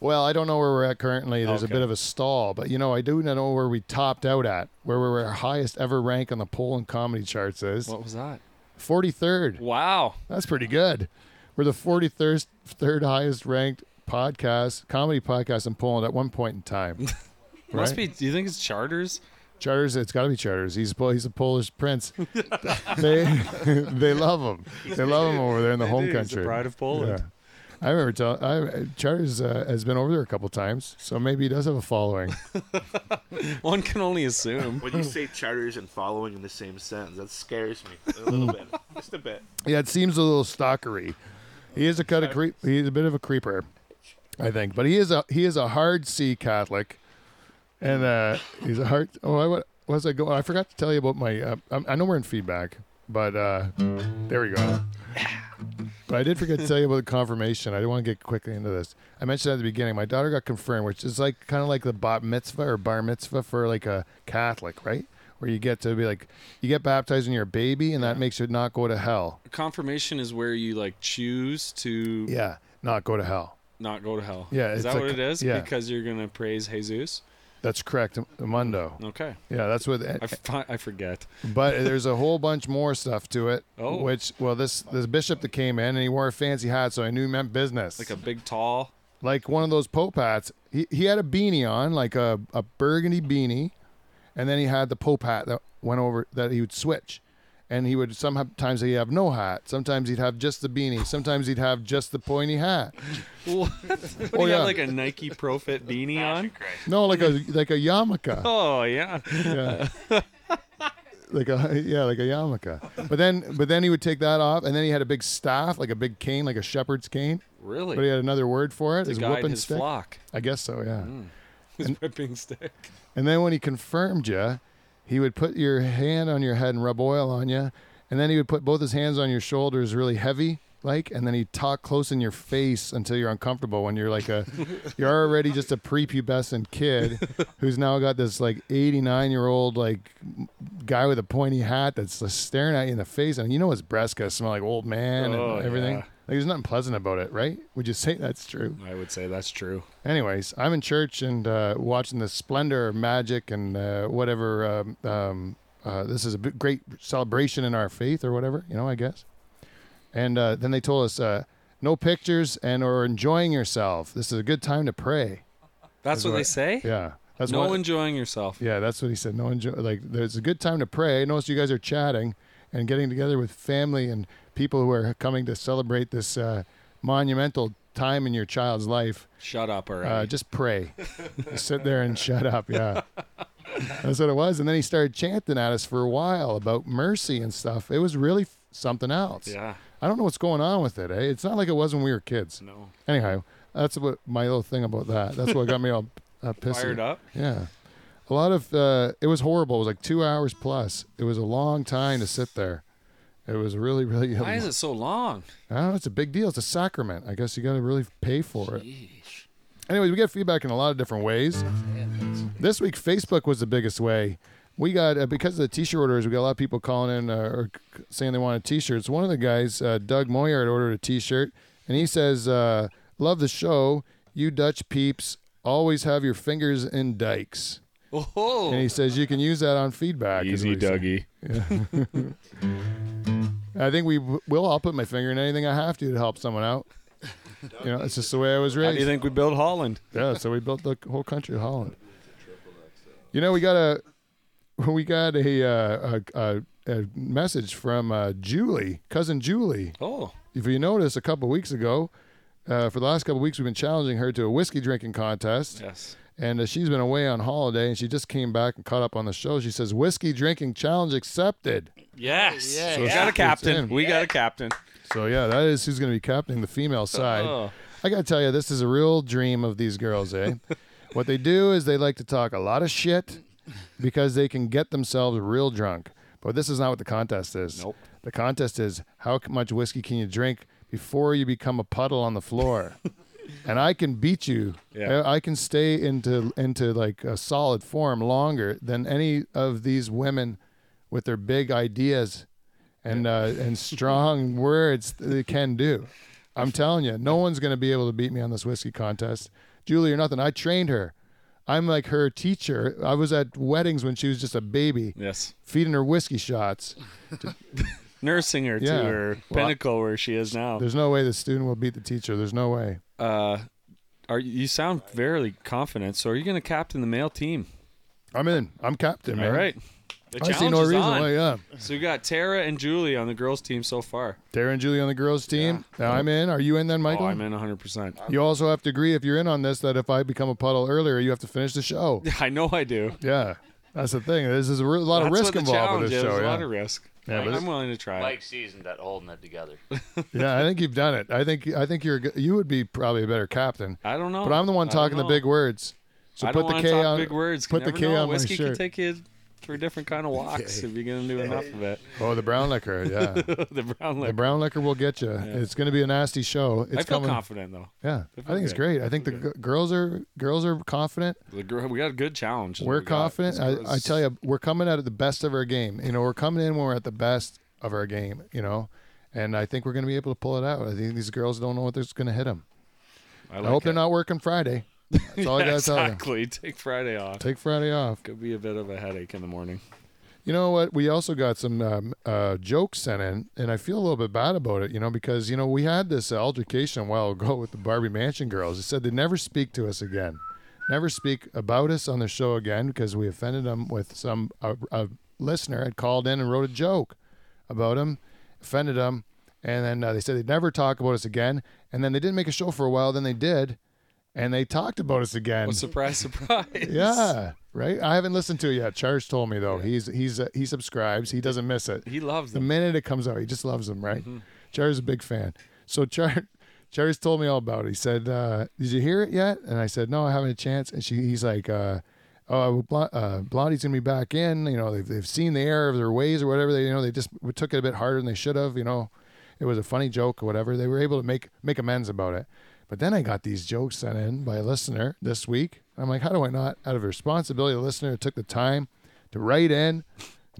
Speaker 1: well, I don't know where we're at currently. There's a
Speaker 4: Okay.
Speaker 1: bit of a stall, but you know I do know where we topped out at, where we were our highest ever rank on the Poland comedy charts is
Speaker 4: What was that?
Speaker 1: 43rd.
Speaker 4: Wow.
Speaker 1: That's pretty good. We're the 43rd third highest ranked podcast comedy podcast in Poland at one point in time. Right?
Speaker 4: Must be. Do you think it's charters?
Speaker 1: Charters, it's got to be Charters. He's Pol- he's a Polish prince. they they love him. They love him over there in the home
Speaker 4: do. He's the
Speaker 1: country.
Speaker 4: pride of Poland.
Speaker 1: Yeah. I remember telling I Charters uh, has been over there a couple times, so maybe he does have a following.
Speaker 4: One can only assume.
Speaker 5: When you say charters and following in the same sentence, that scares me a little bit, just a bit.
Speaker 1: yeah, it seems a little stalkery. He is a kind of creep. He's a bit of a creeper, I think. But he is a he is a hard C Catholic, and uh, he's a hard. Oh, I, what what was I going? I forgot to tell you about my. Uh, I, I know we're in feedback, but uh, there we go. But I did forget to tell you about the confirmation. I didn't want to get quickly into this. I mentioned at the beginning, my daughter got confirmed, which is like kind of like the bat mitzvah or bar mitzvah for like a Catholic, right? Where you get to be like, you get baptized when you're a baby, and that makes you not go to hell.
Speaker 4: Confirmation is where you like choose to
Speaker 1: Yeah, not go to hell.
Speaker 4: not go to hell.
Speaker 1: Yeah, it's
Speaker 4: Is that
Speaker 1: a
Speaker 4: what it
Speaker 1: co-
Speaker 4: is?
Speaker 1: yeah.
Speaker 4: Because you're gonna praise Jesus.
Speaker 1: That's correct, Mundo.
Speaker 4: Okay.
Speaker 1: Yeah, that's what. eh,
Speaker 4: I, f- I forget.
Speaker 1: But there's a whole bunch more stuff to it.
Speaker 4: Oh.
Speaker 1: Which, well, this this bishop that came in and he wore a fancy hat, so I knew he meant business.
Speaker 4: Like a big tall.
Speaker 1: like one of those Pope hats. He, he had a beanie on, like a, a burgundy beanie, and then he had the Pope hat that went over that he would switch. And he would sometimes he'd have no hat. Sometimes he'd have just the beanie. Sometimes he'd have just the pointy hat.
Speaker 4: What?
Speaker 1: Oh,
Speaker 4: you
Speaker 1: yeah.
Speaker 4: have like a Nike Pro Fit beanie on?
Speaker 1: No, like a like a yarmulke.
Speaker 4: Oh yeah.
Speaker 1: Yeah. Like a yeah, like a yarmulke. But then but then he would take that off, and then he had a big staff, like a big cane, like a shepherd's cane.
Speaker 4: Really?
Speaker 1: But he had another word for it,
Speaker 4: to
Speaker 1: his
Speaker 4: guide
Speaker 1: whipping
Speaker 4: his
Speaker 1: stick.
Speaker 4: flock.
Speaker 1: I guess so, yeah.
Speaker 4: His whipping stick.
Speaker 1: And then when he confirmed you, he would put your hand on your head and rub oil on you. And then he would put both his hands on your shoulders really heavy, like, and then he'd talk close in your face until you're uncomfortable when you're like a, you're already just a prepubescent kid who's now got this like 89 year old, like, m- guy with a pointy hat that's just staring at you in the face. And you know his breath's going to smell like old man
Speaker 4: Oh,
Speaker 1: and everything.
Speaker 4: yeah.
Speaker 1: Like, there's nothing pleasant about it, right? Would you say that's true?
Speaker 4: I would say that's true.
Speaker 1: Anyways, I'm in church and uh, watching the splendor of magic and uh, whatever. Um, um, uh, this is a big- great celebration in our faith or whatever, you know, I guess. And uh, then they told us uh, no pictures and or enjoying yourself. This is a good time to pray.
Speaker 4: That's what they say.
Speaker 1: Yeah, that's
Speaker 4: no
Speaker 1: what-
Speaker 4: enjoying yourself.
Speaker 1: Yeah, that's what he said. No enjoy. Like, there's a good time to pray. I noticed you guys are chatting and getting together with family and people who are coming to celebrate this uh, monumental time in your child's life.
Speaker 4: Shut up already.
Speaker 1: Uh, just pray. Just sit there and shut up. Yeah. That's what it was. And then he started chanting at us for a while about mercy and stuff. It was really f- something else.
Speaker 4: yeah.
Speaker 1: I don't know what's going on with it. Eh? It's not like it was when we were kids.
Speaker 4: No.
Speaker 1: Anyhow, that's what my little thing about that. That's what got me all uh, pissed.
Speaker 4: Fired up.
Speaker 1: Yeah. A lot of, uh, it was horrible. It was like two hours plus. It was a long time to sit there. It was really, really.
Speaker 4: Why is it so long?
Speaker 1: I don't know. It's Oh, a big deal. It's a sacrament. I guess you got to really pay for it. Anyways, we get feedback in a lot of different ways. This week, Facebook was the biggest way. We got uh, because of the T-shirt orders, we got a lot of people calling in uh, or c- saying they wanted T-shirts. One of the guys, uh, Doug Moyard, ordered a T-shirt, and he says, uh, "Love the show, you Dutch peeps. Always have your fingers in dikes." And
Speaker 4: Oh.
Speaker 1: he says you can use that on feedback. is what he said. I think we w- will. I'll put my finger in anything I have to to help someone out. You know, it's just the way I was
Speaker 4: How
Speaker 1: raised.
Speaker 4: do you think we build Holland?
Speaker 1: Yeah, so we built the whole country of Holland. You know, we got a we got a uh, a, a, a message from uh, Julie, cousin Julie.
Speaker 4: Oh,
Speaker 1: If you notice, a couple weeks ago, uh, for the last couple weeks, we've been challenging her to a whiskey drinking contest.
Speaker 4: yes.
Speaker 1: and uh, she's been away on holiday and she just came back and caught up on the show. She says, "Whiskey drinking challenge accepted."
Speaker 4: Yes.
Speaker 1: So
Speaker 4: we
Speaker 1: it's-
Speaker 4: got a
Speaker 1: it's in.
Speaker 4: captain. We got a captain.
Speaker 1: So yeah, that is who's going to be captaining the female side.
Speaker 4: Oh.
Speaker 1: I got to tell you, this is a real dream of these girls, eh? what they do is they like to talk a lot of shit because they can get themselves real drunk. But this is not what the contest is.
Speaker 4: Nope.
Speaker 1: The contest is how c- much whiskey can you drink before you become a puddle on the floor. and I can beat you.
Speaker 4: Yeah.
Speaker 1: I I can stay into into like a solid form longer than any of these women with their big ideas and uh, and strong words that they can do. I'm telling you, no one's going to be able to beat me on this whiskey contest. Julie or nothing. I trained her. I'm like her teacher. I was at weddings when she was just a baby,
Speaker 4: Yes.
Speaker 1: feeding her whiskey shots.
Speaker 4: Nursing her
Speaker 1: Yeah.
Speaker 4: to her
Speaker 1: Well, I-
Speaker 4: pinnacle where she is now.
Speaker 1: There's no way the student will beat the teacher. There's no way.
Speaker 4: Uh, are you sound very confident? So are you going to captain the male team?
Speaker 1: I'm in. I'm captain, man.
Speaker 4: All right. The
Speaker 1: I
Speaker 4: challenge
Speaker 1: see no
Speaker 4: is
Speaker 1: reason
Speaker 4: on.
Speaker 1: why. Yeah.
Speaker 4: So we got Tara and Julie on the girls' team so far.
Speaker 1: Tara and Julie on the girls' team. Now I'm in. Are you in then, Michael?
Speaker 4: Oh, I'm in 100. percent
Speaker 1: You also have to agree if you're in on this that if I become a puddle earlier, you have to finish the show.
Speaker 4: I know I do.
Speaker 1: yeah, that's the thing. This is a re- lot
Speaker 4: That's
Speaker 1: of
Speaker 4: what
Speaker 1: risk
Speaker 4: the
Speaker 1: involved with
Speaker 4: challenge
Speaker 1: this
Speaker 4: is,
Speaker 1: show.
Speaker 4: A
Speaker 1: Yeah.
Speaker 4: lot of risk.
Speaker 1: Yeah, but
Speaker 4: I'm
Speaker 1: it's-
Speaker 4: willing to try.
Speaker 6: Mike seasoned at holding it together.
Speaker 1: yeah, I think you've done it. I think I think you're a g- you would be probably a better captain.
Speaker 4: it. I don't know.
Speaker 1: But I'm the one
Speaker 4: Oh, I don't
Speaker 1: talking the
Speaker 4: know.
Speaker 1: big words. So
Speaker 4: I
Speaker 1: put
Speaker 4: don't
Speaker 1: the
Speaker 4: wanna
Speaker 1: K
Speaker 4: talk
Speaker 1: on
Speaker 4: big words.
Speaker 1: put
Speaker 4: You
Speaker 1: the
Speaker 4: never
Speaker 1: K
Speaker 4: know.
Speaker 1: on my
Speaker 4: Whiskey
Speaker 1: shirt.
Speaker 4: can take you for a different kind of walks if you're gonna do enough of it.
Speaker 1: Oh, the brown liquor. Yeah,
Speaker 4: the brown
Speaker 1: the
Speaker 4: lip.
Speaker 1: brown liquor will get you. It's going to be a nasty show. It's
Speaker 4: I feel
Speaker 1: coming.
Speaker 4: confident though.
Speaker 1: Yeah, I think it's
Speaker 4: good.
Speaker 1: great. I think the g- girls are girls are confident.
Speaker 4: The girl, we got a good challenge. is what
Speaker 1: We're
Speaker 4: we got.
Speaker 1: confident.
Speaker 4: This girl's-
Speaker 1: I, I tell you, we're coming out at the best of our game. You know, we're coming in when we're at the best of our game. You know, and I think we're going to be able to pull it out. I think these girls don't know what there's going to hit them.
Speaker 4: I, like
Speaker 1: I hope they're
Speaker 4: it.
Speaker 1: not working Friday. That's all I
Speaker 4: Yeah,
Speaker 1: got to tell you.
Speaker 4: exactly. Take Friday off.
Speaker 1: Take Friday off.
Speaker 4: Could be a bit of a headache in the morning.
Speaker 1: You know what? We also got some um, uh, jokes sent in, and I feel a little bit bad about it, you know, because, you know, we had this uh, altercation a while ago with the Barbie Mansion girls. They said they'd never speak to us again, never speak about us on the show again because we offended them with some, a, a listener had called in and wrote a joke about them, offended them, and then uh, they said they'd never talk about us again. And then they didn't make a show for a while, then they did, and they talked about us again.
Speaker 4: Well, surprise, surprise.
Speaker 1: Yeah, right. I haven't listened to it yet. Charge told me though. He's he's uh, he subscribes. He doesn't miss it.
Speaker 4: He loves
Speaker 1: The
Speaker 4: them. Mm-hmm.
Speaker 1: minute it comes out, he just loves them, right? Char's is a big fan. So Char, Char's told me all about it. He said, uh, "Did you hear it yet?" And I said, "No, I haven't had a chance." And she, he's like, uh, "Oh, Bl- uh, Blondie's gonna be back in. You know, they've they've seen the error of their ways or whatever. They you know they just took it a bit harder than they should have. You know, it was a funny joke or whatever. They were able to make make amends about it." But then I got these jokes sent in by a listener this week. I'm like, how do I not? Out of responsibility, the listener took the time to write in,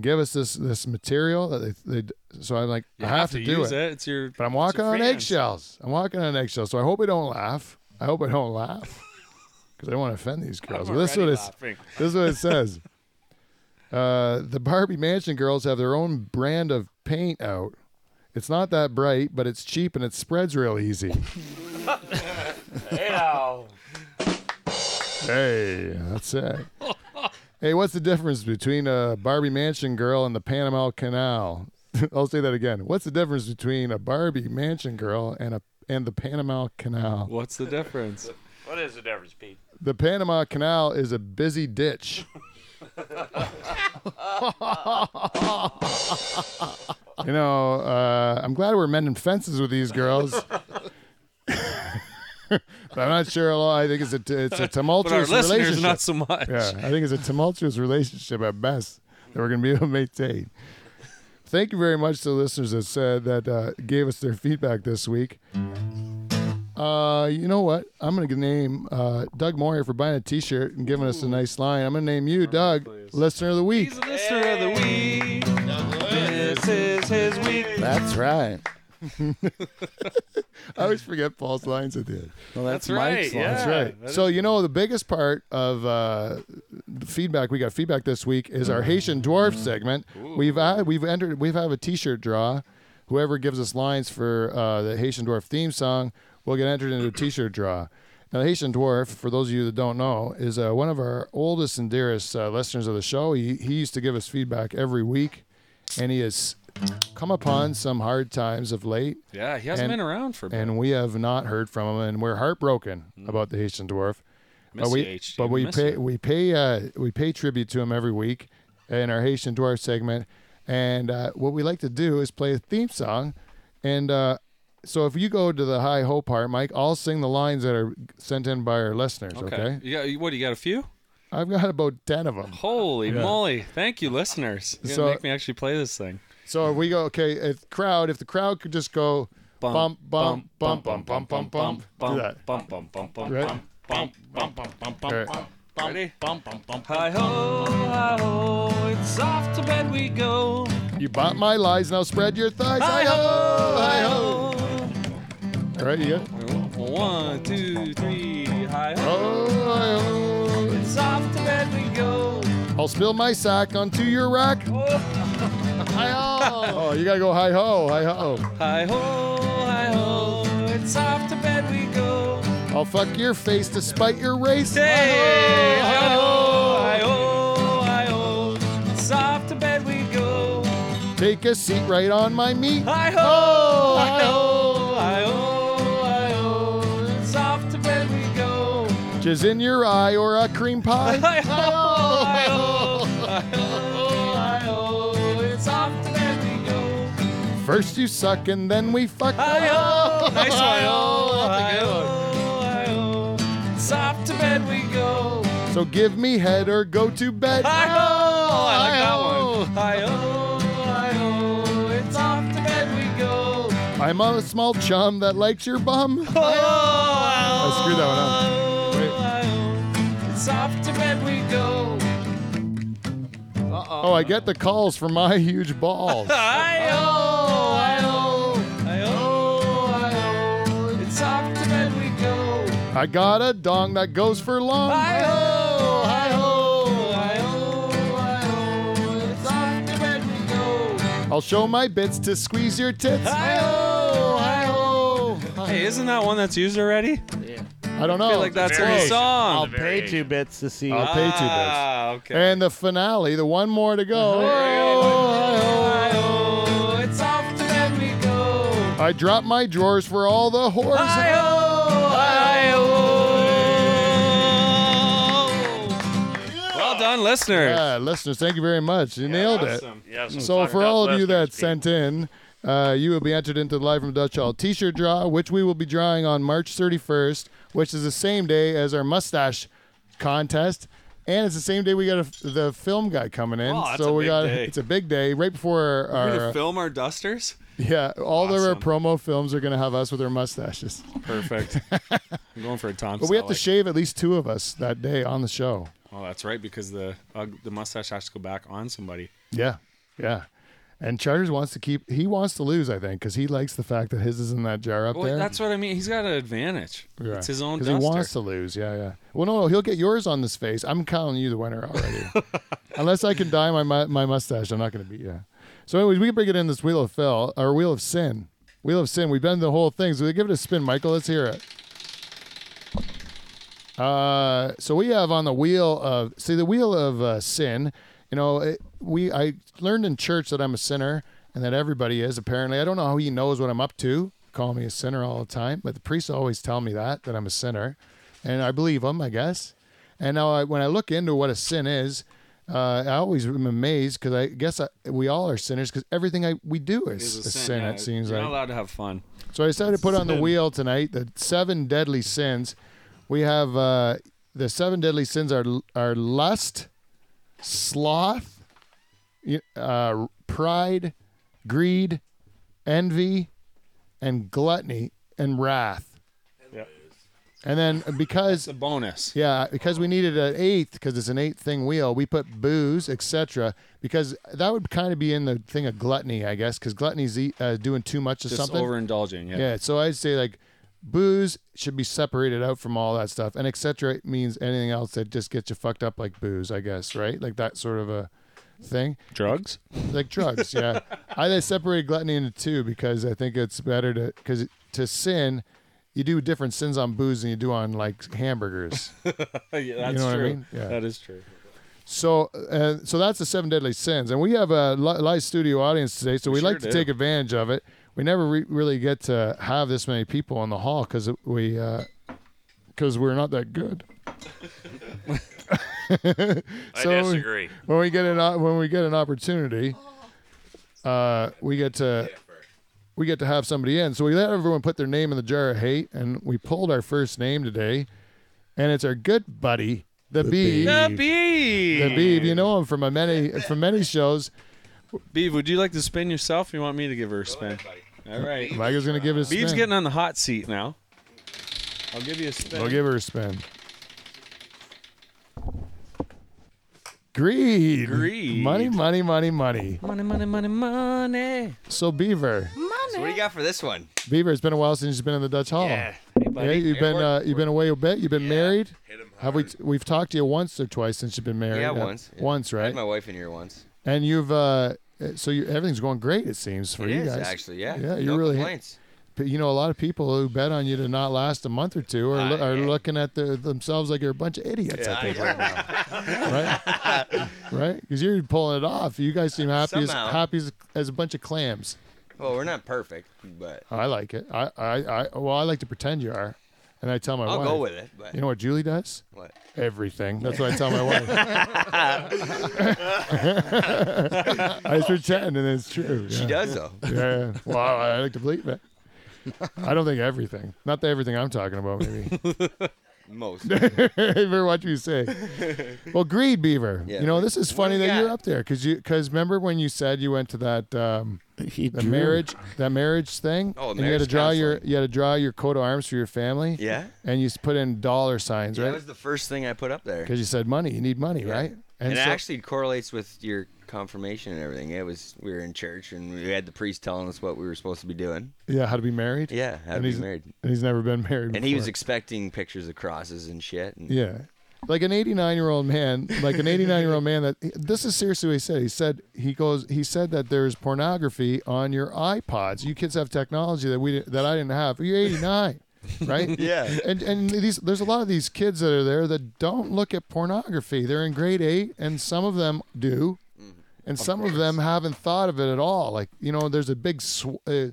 Speaker 1: give us this this material that they, they so I'm like
Speaker 4: You
Speaker 1: I have, to, do
Speaker 4: use
Speaker 1: it.
Speaker 4: it. It's your.
Speaker 1: But I'm
Speaker 4: it's
Speaker 1: walking
Speaker 4: your
Speaker 1: on
Speaker 4: fans.
Speaker 1: eggshells. I'm walking on eggshells. So I hope I don't laugh. I hope I don't laugh because I don't want to offend these girls. But this is what
Speaker 4: already
Speaker 1: it's,
Speaker 4: laughing.
Speaker 1: this is what it says. Uh, the Barbie Mansion girls have their own brand of paint out. It's not that bright, but it's cheap and it spreads real easy.
Speaker 6: Hey now.
Speaker 1: Hey, that's it. hey, what's the difference between a Barbie Mansion girl and the Panama Canal? I'll say that again. What's the difference between a Barbie Mansion girl and a and the Panama Canal?
Speaker 4: What's the difference?
Speaker 6: What is the difference, Pete?
Speaker 1: The Panama Canal is a busy ditch. you know, uh, I'm glad we're mending fences with these girls. but I'm not sure. I think it's a it's a
Speaker 4: But our
Speaker 1: tumultuous
Speaker 4: listeners,
Speaker 1: relationship.
Speaker 4: not so much.
Speaker 1: Yeah, I think it's a tumultuous relationship at best that we're going to be able to maintain. Thank you very much to the listeners that said that uh, gave us their feedback this week. Uh, you know what? I'm going to name uh, Doug Moyer for buying a T-shirt and giving us a nice line. I'm going to name you, Doug,
Speaker 4: please.
Speaker 1: listener of the week.
Speaker 4: He's a listener of the week. This is his week.
Speaker 2: That's right.
Speaker 1: I always forget Paul's lines at the end.
Speaker 2: Well, that's,
Speaker 4: That's right,
Speaker 2: Mike's line.
Speaker 4: yeah.
Speaker 1: That's right.
Speaker 4: that
Speaker 1: so you know the biggest part of uh, the feedback we got feedback this week is
Speaker 4: Mm.
Speaker 1: our Haitian dwarf segment. We've uh, we've entered we've have a T-shirt draw. Whoever gives us lines for uh, the Haitian dwarf theme song will get entered into a T-shirt draw. Now, the Haitian Dwarf, for those of you that don't know, is uh, one of our oldest and dearest uh, listeners of the show. He, he used to give us feedback every week, and he has come upon some hard times of late,
Speaker 4: Yeah, he hasn't
Speaker 1: And-
Speaker 4: been around for a bit.
Speaker 1: and we have not heard from him, and we're heartbroken about the Haitian Dwarf.
Speaker 4: Miss
Speaker 1: but we,
Speaker 4: you, HG.
Speaker 1: but we
Speaker 4: Miss
Speaker 1: pay
Speaker 4: you.
Speaker 1: we pay uh, we pay tribute to him every week in our Haitian Dwarf segment, and uh, what we like to do is play a theme song, and uh, so if you go to the high hope part, Mike, I'll sing the lines that are sent in by our listeners. Okay,
Speaker 4: Okay. You got, you- what, you got a few?
Speaker 1: I've got about ten of them.
Speaker 4: Holy moly. Thank you, listeners. You're going
Speaker 1: So-
Speaker 4: to make me actually play this thing.
Speaker 1: So if we go okay, if crowd, if the crowd could just go bump bump bump bump bump bump bump, do that.
Speaker 4: bump, bump, bump, bump,
Speaker 1: Right.
Speaker 4: bump, bump, bump, bump, bump, bump,
Speaker 1: All right.
Speaker 4: bump. Ready? Bump, bump, bump. Hi ho, hi ho, it's off to bed we go.
Speaker 1: You bought my lies, now spread your thighs. Hi ho, hi ho. All right, you got. it?
Speaker 4: One, two, three, hi ho.
Speaker 1: Oh, hi ho.
Speaker 4: It's off to bed we go.
Speaker 1: I'll spill my sack onto your rack. hi ho! Oh, you gotta go hi ho, hi ho.
Speaker 4: Hi ho, hi ho, it's off to bed we go.
Speaker 1: I'll fuck your face despite your race.
Speaker 4: Hey, hi ho, hi
Speaker 1: Hi-ho.
Speaker 4: ho, hi ho, it's off to bed we go.
Speaker 1: Take a seat right on my meat.
Speaker 4: Hi ho, hi
Speaker 1: Hi-ho.
Speaker 4: ho, hi ho, hi ho, it's off to bed we go.
Speaker 1: Jizz in your eye or a cream pie.
Speaker 4: Hi
Speaker 1: Hi-ho.
Speaker 4: ho, hi ho, hi ho, hi ho, it's off to bed we go.
Speaker 1: First you suck and then we fuck.
Speaker 4: Hi-ho. Nice one.
Speaker 1: Hi-ho. That's a good one.
Speaker 4: Hi-ho. Hi-ho. It's off to bed we go.
Speaker 1: So give me head or go to bed.
Speaker 4: Hi-ho. Oh, I like that
Speaker 1: Hi-ho.
Speaker 4: one. Hi-ho. Hi-ho. It's off to bed we go.
Speaker 1: I'm a small chum that likes your bum. I screwed that one up. Wait.
Speaker 4: Hi-ho. It's off to bed we go.
Speaker 1: Oh, I get the calls for my huge balls.
Speaker 4: Hi-ho. Hi-ho. Hi-ho. Hi-ho. It's off to bed we go.
Speaker 1: I got a dong that goes for long.
Speaker 4: Hi-ho, hi-ho, hi-ho, hi-ho, it's off to bed we go.
Speaker 1: I'll show my bits to squeeze your tits.
Speaker 4: Hi-ho,
Speaker 1: Hi-ho.
Speaker 4: Hey, isn't that one that's used already?
Speaker 1: I don't know.
Speaker 4: I feel like that's
Speaker 6: Very
Speaker 4: a
Speaker 6: good.
Speaker 2: I'll
Speaker 4: song.
Speaker 2: pay two bits to see.
Speaker 1: I'll pay two bits.
Speaker 4: Ah, okay.
Speaker 1: And the finale, the one more to go.
Speaker 4: Hi-ho, it's off to bed we go.
Speaker 1: I drop my drawers for all the whores.
Speaker 4: Hi-ho, hi-ho. Well done, listeners.
Speaker 1: Yeah, listeners, thank you very much. You nailed it.
Speaker 6: Yes.
Speaker 1: So for all of you that sent in, uh, you will be entered into the Live from Dutch Hall T-shirt draw, which we will be drawing on March 31st, which is the same day as our mustache contest, and it's the same day we got a, the film guy coming in.
Speaker 4: Oh, that's
Speaker 1: so
Speaker 4: a
Speaker 1: we
Speaker 4: big
Speaker 1: got
Speaker 4: day.
Speaker 1: it's a big day right before our,
Speaker 4: We're
Speaker 1: our-
Speaker 4: gonna film our dusters.
Speaker 1: yeah all of our
Speaker 4: Awesome.
Speaker 1: promo films are gonna have us with our mustaches,
Speaker 4: Perfect. I'm going for a Tom.
Speaker 1: but we have to shave at least two of us that day on the show.
Speaker 4: oh, that's right, because the ug the mustache has to go back on somebody.
Speaker 1: Yeah, yeah. And Charters wants to keep. He wants to lose, I think, because he likes the fact that his is in that jar up
Speaker 4: Well,
Speaker 1: there.
Speaker 4: that's what I mean. He's got an advantage. It's his own
Speaker 1: Because he
Speaker 4: duster.
Speaker 1: wants to lose. Yeah, yeah. Well, no, no, he'll get yours on this face. I'm calling you the winner already. Unless I can dye my mu- my mustache, I'm not going to beat you. So, anyways, we can bring it in this wheel of fell or wheel of sin. Wheel of sin. We've been the whole thing. So, we give it a spin, Michael. Let's hear it. Uh, so we have on the wheel of see the wheel of uh, sin. You know, it, we I learned in church that I'm a sinner and that everybody is. Apparently, I don't know how he knows what I'm up to. Call me a sinner all the time, but the priests always tell me that that I'm a sinner, and I believe them, I guess. And now I, when I look into what a sin is, uh, I always am amazed because I guess I, we all are sinners because everything I we do is,
Speaker 4: He's
Speaker 1: a, sin.
Speaker 4: yeah.
Speaker 1: It seems
Speaker 4: You're
Speaker 1: like
Speaker 4: not allowed to have fun.
Speaker 1: so I decided to put on the wheel tonight the seven deadly sins. We have uh, the seven deadly sins are are lust, sloth, y- uh, pride, greed, envy, and gluttony and wrath.
Speaker 4: Yep.
Speaker 1: And then because
Speaker 4: It's a bonus.
Speaker 1: yeah, because we needed an eighth, because it's an eight thing wheel. We put booze, etc. Because that would kind of be in the thing of gluttony, I guess, because gluttony's eat, uh, doing too much of
Speaker 4: Just
Speaker 1: something.
Speaker 4: overindulging. Yeah.
Speaker 1: Yeah, so I'd say like booze should be separated out from all that stuff, and etc. means anything else that just gets you fucked up, like booze, I guess, right? Like that sort of a thing,
Speaker 4: Drugs.
Speaker 1: like drugs. yeah, I separated gluttony into two because I think it's better to because to sin, you do different sins on booze than you do on like hamburgers.
Speaker 4: yeah, that's
Speaker 1: know what I
Speaker 4: true.
Speaker 1: mean? Yeah.
Speaker 4: That is true.
Speaker 1: So, uh, so that's the seven deadly sins, and we have a li- live studio audience today, so we,
Speaker 4: We
Speaker 1: like
Speaker 4: sure
Speaker 1: to
Speaker 4: do.
Speaker 1: take advantage of it. We never re- really get to have this many people in the hall because we because we're not that good.
Speaker 6: I
Speaker 1: So-
Speaker 6: disagree.
Speaker 1: When we get an o- when we get an opportunity, uh, we get to we get to have somebody in. So we let everyone put their name in the jar of hate, and we pulled our first name today, and it's our good buddy, the, Bee.
Speaker 2: Bee.
Speaker 4: The
Speaker 2: Beeb.
Speaker 4: Beeb.
Speaker 1: The Bee, you know him from a many from many shows.
Speaker 4: Beeb, would you like to spin yourself? Or you want me to give her a spin? All right.
Speaker 1: Micah's gonna give us.
Speaker 4: Beeb's getting on the hot seat now. I'll give you a spin.
Speaker 1: We'll give her a spin. Greed.
Speaker 4: Greed.
Speaker 1: Money, money, money, money.
Speaker 4: money, money, money, money.
Speaker 1: So Beaver,
Speaker 7: So what do you got for this one?
Speaker 1: Beaver, it's been a while since you've been in the Dutch Hall.
Speaker 7: Yeah.
Speaker 1: Yeah, you've
Speaker 7: It
Speaker 1: been uh,
Speaker 7: worked.
Speaker 1: you've been away a bit. You've been married.
Speaker 7: Hit 'em
Speaker 1: Have we?
Speaker 7: hard.
Speaker 1: We've talked to you once or twice since you've been married. Uh,
Speaker 7: Yeah, once. Yeah.
Speaker 1: Once,
Speaker 7: I had
Speaker 1: right?
Speaker 7: my wife in here once.
Speaker 1: And you've uh, so you, everything's going great. It seems for
Speaker 7: It
Speaker 1: you
Speaker 7: is,
Speaker 1: guys.
Speaker 7: actually, yeah.
Speaker 1: Yeah, you're
Speaker 7: no
Speaker 1: really-
Speaker 7: complaints.
Speaker 1: But you know, a lot of people who bet on you to not last a month or two are, lo-
Speaker 7: Uh,
Speaker 1: are
Speaker 7: yeah.
Speaker 1: looking at the, themselves like they're a bunch of idiots. I think right now, right? right? Because you're pulling it off. You guys seem happy as
Speaker 7: Somehow.
Speaker 1: happy as, as a bunch of clams. Oh,
Speaker 7: Well, we're not perfect, but
Speaker 1: I like it. I, I, I well, I like to pretend you are, and I tell my
Speaker 7: I'll
Speaker 1: wife.
Speaker 7: go with it. But
Speaker 1: You know what Julie does?
Speaker 7: what?
Speaker 1: Everything. That's what I tell my wife. I just pretend, and it's true.
Speaker 7: She
Speaker 1: yeah.
Speaker 7: does though.
Speaker 1: Yeah. Well, I like to believe it. I don't think everything. Not the everything I'm talking about, maybe.
Speaker 7: Most.
Speaker 1: Beaver, watch what you say. Well, greed, Beaver.
Speaker 7: Yeah.
Speaker 1: You know, this is funny
Speaker 7: do
Speaker 1: that
Speaker 7: you
Speaker 1: you're
Speaker 7: got?
Speaker 1: up there because you because remember when you said you went to that um,
Speaker 2: He
Speaker 1: the
Speaker 2: drew.
Speaker 1: marriage that marriage thing.
Speaker 7: Oh,
Speaker 1: and you had to
Speaker 7: marriage
Speaker 1: draw your
Speaker 7: counseling.
Speaker 1: you had to draw your coat of arms for your family.
Speaker 7: Yeah.
Speaker 1: And you s- put in dollar signs,
Speaker 7: That
Speaker 1: right?
Speaker 7: was the first thing I put up there,
Speaker 1: Because you said money, you need money, right?
Speaker 7: and it
Speaker 1: so-
Speaker 7: actually correlates with your confirmation and everything. It was we were in church and we had the priest telling us what we were supposed to be doing.
Speaker 1: yeah, how to be married.
Speaker 7: Yeah, how to
Speaker 1: And
Speaker 7: be
Speaker 1: he's-
Speaker 7: married.
Speaker 1: And he's never been married.
Speaker 7: And he was
Speaker 1: before.
Speaker 7: expecting pictures of crosses and shit. And
Speaker 1: Yeah. Like an 89 year old man, like an 89 year old man that this is seriously what he said. He said, he goes, he said that there's pornography on your iPods. You kids have technology that we, didn't- that I didn't have. You're 89, right?
Speaker 7: Yeah.
Speaker 1: And, and these, there's a lot of these kids that are there that don't look at pornography. They're in grade eight and some of them do. And some of them haven't thought of it at all. Like, you know, there's a big sw- uh,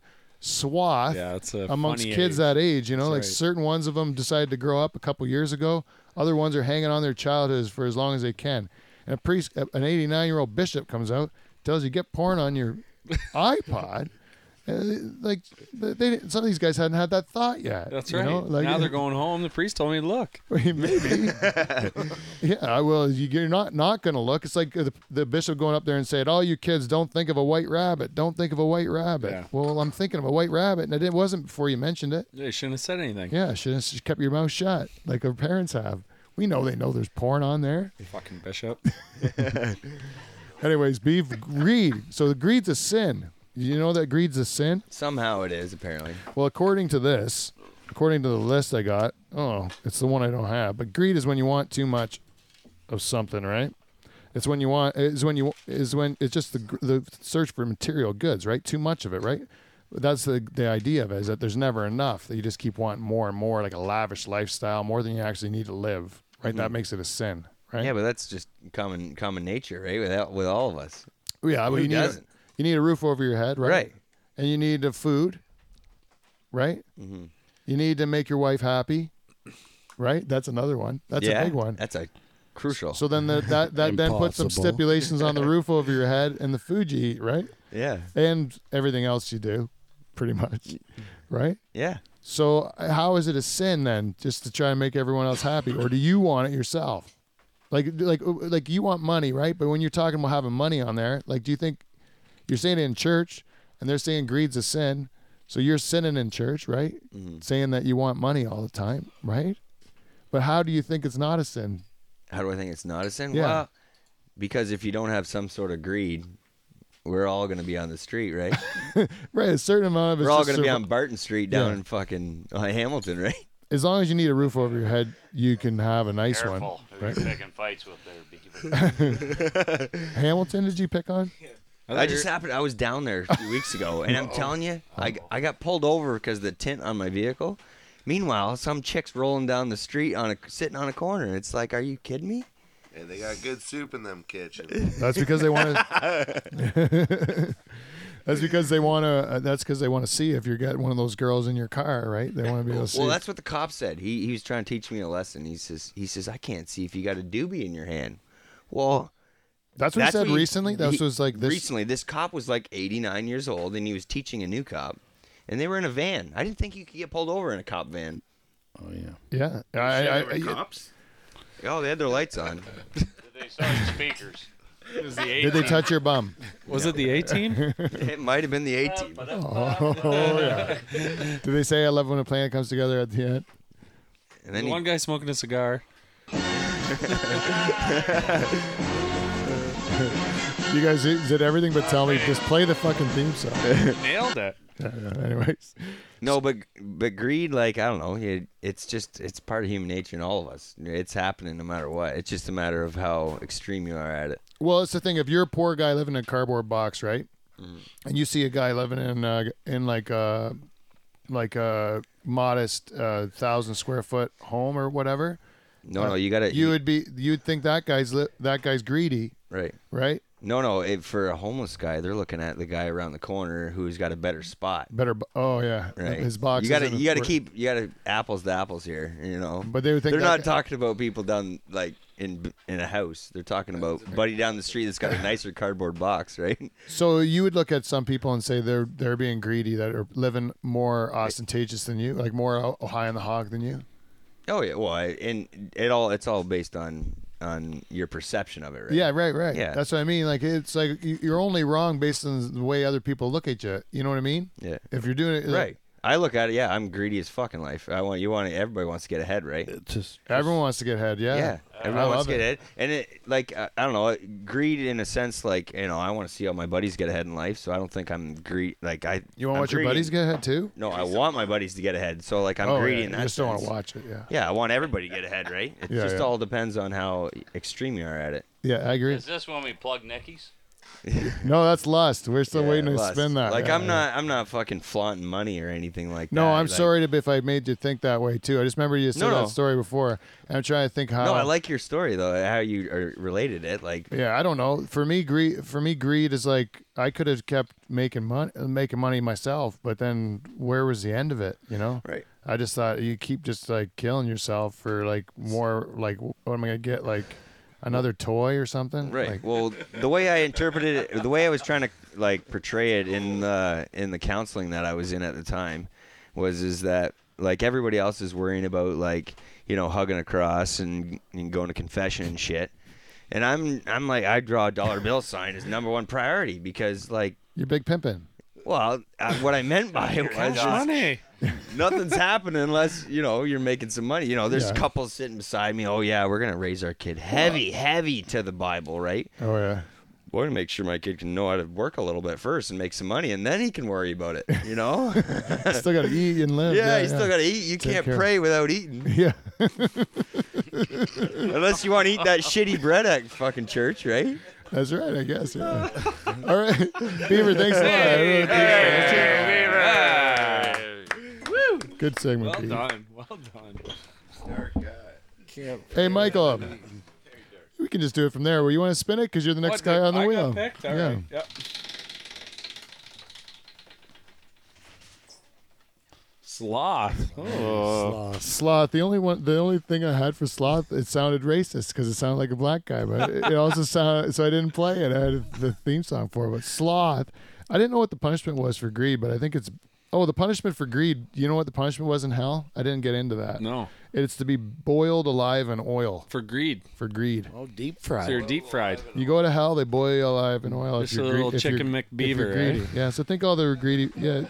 Speaker 1: swath
Speaker 4: Yeah, it's a
Speaker 1: amongst
Speaker 4: funny
Speaker 1: kids
Speaker 4: age.
Speaker 1: that age. You know, like
Speaker 4: right.
Speaker 1: certain ones of them decided to grow up a couple years ago. Other ones are hanging on their childhoods for as long as they can. And a priest, an 89 year old bishop, comes out, tells you get porn on your iPod. And, like they, they, some of these guys hadn't had that thought yet.
Speaker 4: That's
Speaker 1: you
Speaker 4: right.
Speaker 1: know? Like,
Speaker 4: now they're going home. The priest told me to look.
Speaker 1: Maybe. yeah, I will. You- You're not not going to look. It's like uh, the, the bishop going up there and saying, "All you kids, don't think of a white rabbit. Don't think of a white rabbit."
Speaker 4: Yeah.
Speaker 1: Well, I'm thinking of a white rabbit, and it didn't- wasn't before you mentioned it.
Speaker 4: They shouldn't have said anything.
Speaker 1: Yeah, should have just kept your mouth shut like our parents have. We know they know there's porn on there.
Speaker 4: Fucking bishop.
Speaker 1: Anyways, beef greed. So greed's a sin. You know that greed's a sin.
Speaker 7: somehow it is apparently.
Speaker 1: Well, according to this, according to the list I got, oh, it's the one I don't have. But greed is when you want too much of something, right? It's when you want is when you is when it's just the gr- the search for material goods, right? Too much of it, right? That's the the idea of it is that there's never enough. That you just keep wanting more and more, like a lavish lifestyle, more than you actually need to live, right? That makes it a sin, right?
Speaker 7: Yeah, but that's just common common nature, right? With all- with all of us.
Speaker 1: yeah, but
Speaker 7: who
Speaker 1: you need a,
Speaker 7: doesn't?
Speaker 1: you need a roof over your head, right?
Speaker 7: Right.
Speaker 1: And you need the food, right?
Speaker 7: Mm-hmm.
Speaker 1: You need to make your wife happy, right? That's another one. That's
Speaker 7: yeah,
Speaker 1: a big one.
Speaker 7: That's a crucial.
Speaker 1: So then the, that that then puts some
Speaker 2: Impossible.
Speaker 1: stipulations on the roof over your head and the food you eat, right?
Speaker 7: yeah,
Speaker 1: And everything else you do, pretty much, right?
Speaker 7: yeah.
Speaker 1: So uh, how is it a sin then, just to try and make everyone else happy, or do you want it yourself? Like like like you want money, right? But when you're talking about having money on there, like do you think you're saying it in church, and they're saying greed's a sin, so you're sinning in church, right?
Speaker 7: Mm-hmm.
Speaker 1: Saying that you want money all the time, right? But how do you think it's not a sin?
Speaker 7: How do I think it's not a sin?
Speaker 1: Yeah.
Speaker 7: Well, because if you don't have some sort of greed, we're all going to be on the street, right?
Speaker 1: Right, a certain amount of it's
Speaker 7: we're all
Speaker 1: just
Speaker 7: going to be
Speaker 1: survi-
Speaker 7: on Barton Street down
Speaker 1: Yeah.
Speaker 7: in fucking uh, Hamilton, right?
Speaker 1: As long as you need a roof over your head, you can have a nice
Speaker 6: Careful.
Speaker 1: one.
Speaker 6: Who
Speaker 1: Right?
Speaker 6: you're picking fights with there,
Speaker 1: Hamilton, did you pick on? Oh,
Speaker 7: I just happened. I was
Speaker 1: Oh.
Speaker 7: down there a few weeks ago, and I'm telling you, I, I got pulled over because the tint on my vehicle Meanwhile, some chick's rolling down the street on a sitting on a corner. It's like, are you kidding me?
Speaker 8: Hey, they got good soup in them kitchen.
Speaker 1: That's because they want to. that's because they want to. Uh, that's because they want to see if you got one of those girls in your car, right? They want to be able to see.
Speaker 7: Well, that's what the cop said. He he was trying to teach me a lesson. He says he says I can't see if you got a doobie in your hand. Well,
Speaker 1: That's what he
Speaker 7: that's
Speaker 1: said
Speaker 7: what he-
Speaker 1: recently. That
Speaker 7: he-
Speaker 1: was like this.
Speaker 7: recently this cop was like 89 years old and he was teaching a new cop, and they were in a van. I didn't think you could get pulled over in a cop van.
Speaker 2: Oh yeah.
Speaker 1: Yeah, I, I,
Speaker 5: They were
Speaker 1: I,
Speaker 5: cops.
Speaker 7: Oh, they had their lights on.
Speaker 6: They saw the speakers. It was the
Speaker 1: did they touch your bum?
Speaker 4: Was it the A team?
Speaker 7: it might have been the 18.
Speaker 1: Oh, yeah. Do they say I love when a plan comes together at the end?
Speaker 7: And then he-
Speaker 4: One guy smoking a cigar.
Speaker 1: You guys did everything but tell me. Just play the fucking theme song.
Speaker 4: Nailed it.
Speaker 1: Yeah, anyways,
Speaker 7: No, but but greed, like I don't know, it, it's just it's part of human nature in all of us. It's happening no matter what. It's just a matter of how extreme you are at it.
Speaker 1: well, it's the thing. If you're a poor guy living in a cardboard box, right,
Speaker 7: Mm.
Speaker 1: and you see a guy living in uh, in like a like a modest uh, thousand square foot home or whatever,
Speaker 7: No, no, you gotta
Speaker 1: Uh, you would be you'd think that guy's li- that guy's greedy,
Speaker 7: right.
Speaker 1: right?
Speaker 7: No, no, it, for a homeless guy, they're looking at the guy around the corner who's got a better spot.
Speaker 1: Better. bo- Oh yeah,
Speaker 7: Right.
Speaker 1: his box.
Speaker 7: You gotta
Speaker 1: isn't
Speaker 7: you gotta
Speaker 1: worth-
Speaker 7: keep you gotta apples to apples here. You know.
Speaker 1: But they would think
Speaker 7: they're
Speaker 1: that
Speaker 7: not talking about people down like in in a house. They're talking about buddy down the street that's got a nicer cardboard box, right?
Speaker 1: So you would look at some people and say they're they're being greedy that are living more ostentatious than you, like more o- high on the hog than you.
Speaker 7: Oh yeah, well, I- and it all it's all based on on your perception of it, right?
Speaker 1: Yeah, right, right.
Speaker 7: Yeah.
Speaker 1: that's what I mean. Like it's like you- you're only wrong based on the way other people look at you. You know what I mean?
Speaker 7: Yeah.
Speaker 1: If you're doing it
Speaker 7: Right. I look at it. Yeah, I'm greedy as fucking life. I want you want everybody wants to get ahead, right?
Speaker 2: It just
Speaker 1: everyone wants to get head. Yeah,
Speaker 7: Yeah,
Speaker 1: I
Speaker 7: everyone wants
Speaker 1: love
Speaker 7: to get ahead,
Speaker 1: it.
Speaker 7: and it like I, I don't know, greed in a sense, like you know, I want to see all my buddies get ahead in life, so I don't think I'm greed. Like I,
Speaker 1: You want to
Speaker 7: I'm
Speaker 1: watch your
Speaker 7: greedy-
Speaker 1: buddies get head too?
Speaker 7: No, I want my buddies to get ahead, so like I'm
Speaker 1: oh,
Speaker 7: greedy
Speaker 1: yeah.
Speaker 7: in
Speaker 1: you
Speaker 7: that.
Speaker 1: just don't want
Speaker 7: sense.
Speaker 1: to watch it. Yeah,
Speaker 7: Yeah, I want everybody to get ahead, right? It
Speaker 1: Yeah,
Speaker 7: just
Speaker 1: yeah.
Speaker 7: all depends on how extreme you are at it.
Speaker 1: yeah, I agree.
Speaker 6: Is this when we plug Nicky's?
Speaker 1: No, that's lust. We're still
Speaker 7: Yeah,
Speaker 1: waiting to
Speaker 7: lust.
Speaker 1: spin that.
Speaker 7: Like
Speaker 1: Yeah,
Speaker 7: I'm
Speaker 1: yeah.
Speaker 7: not, I'm not fucking flaunting money or anything like that.
Speaker 1: No, I'm
Speaker 7: like-
Speaker 1: sorry if I made you think that way too. I just remember you said
Speaker 7: No,
Speaker 1: that
Speaker 7: no.
Speaker 1: story before, and I'm trying to think how.
Speaker 7: No, I like your story though, how you uh, related it. Like,
Speaker 1: Yeah, I don't know. For me, greed. For me, greed is like I could have kept making money, making money myself, but then where was the end of it? You know.
Speaker 7: Right.
Speaker 1: I just thought you keep just like killing yourself for like more. Like, what am I gonna get? Like another toy or something?
Speaker 7: Right.
Speaker 1: Like,
Speaker 7: well, the way I interpreted it, the way I was trying to like portray it in the in the counseling that I was in at the time, was is that like everybody else is worrying about like you know hugging a cross and, and going to confession and shit, and I'm I'm like I draw a dollar bill sign as number one priority because like
Speaker 1: you're big pimping.
Speaker 7: well I, what I meant by it was is-
Speaker 4: Money.
Speaker 7: nothing's happening unless you know you're making some money. You know, there's
Speaker 1: Yeah.
Speaker 7: couples sitting beside me. Oh yeah, we're gonna raise our kid heavy, heavy to the Bible, right?
Speaker 1: Oh yeah.
Speaker 7: I want to make sure my kid can know how to work a little bit first and make some money, and then he can worry about it. You know?
Speaker 1: Still gotta eat and live.
Speaker 7: yeah, you still got to eat. You
Speaker 1: Take
Speaker 7: can't
Speaker 1: care.
Speaker 7: pray without eating,
Speaker 1: Yeah.
Speaker 7: unless you want to eat that shitty bread at fucking church, right?
Speaker 1: That's right. I guess. Yeah. All right, Beaver. Thanks a lot. I really appreciate it. Good segment.
Speaker 4: Well
Speaker 1: Beaver.
Speaker 4: done. Well done.
Speaker 1: Hey, Michael. We can just do it from there. Well, you want to spin it because you're the next
Speaker 4: What,
Speaker 1: guy on the
Speaker 4: I got
Speaker 1: wheel.
Speaker 4: picked? All
Speaker 1: yeah.
Speaker 4: right. Yep. Sloth. Oh.
Speaker 2: lost.
Speaker 1: Sloth. The only one, the only thing I had for sloth, it sounded racist because it sounded like a black guy, but it, it also sounded. So I didn't play it. I had the theme song for it. But sloth. I didn't know what the punishment was for greed, but I think it's. Oh, the punishment for greed. You know what the punishment was in hell? I didn't get into that.
Speaker 4: No.
Speaker 1: It's to be boiled alive in oil
Speaker 4: For greed.
Speaker 1: for greed.
Speaker 2: Oh, deep
Speaker 4: So you're
Speaker 2: fried.
Speaker 4: deep fried.
Speaker 1: You go to hell, they boil you alive in oil.
Speaker 4: Just
Speaker 1: if you're
Speaker 4: a little
Speaker 1: greedy- if
Speaker 4: chicken
Speaker 1: you're- if you're
Speaker 4: McBeaver, eh?
Speaker 1: greedy.
Speaker 4: right?
Speaker 1: Yeah, so think all the greedy. Yeah.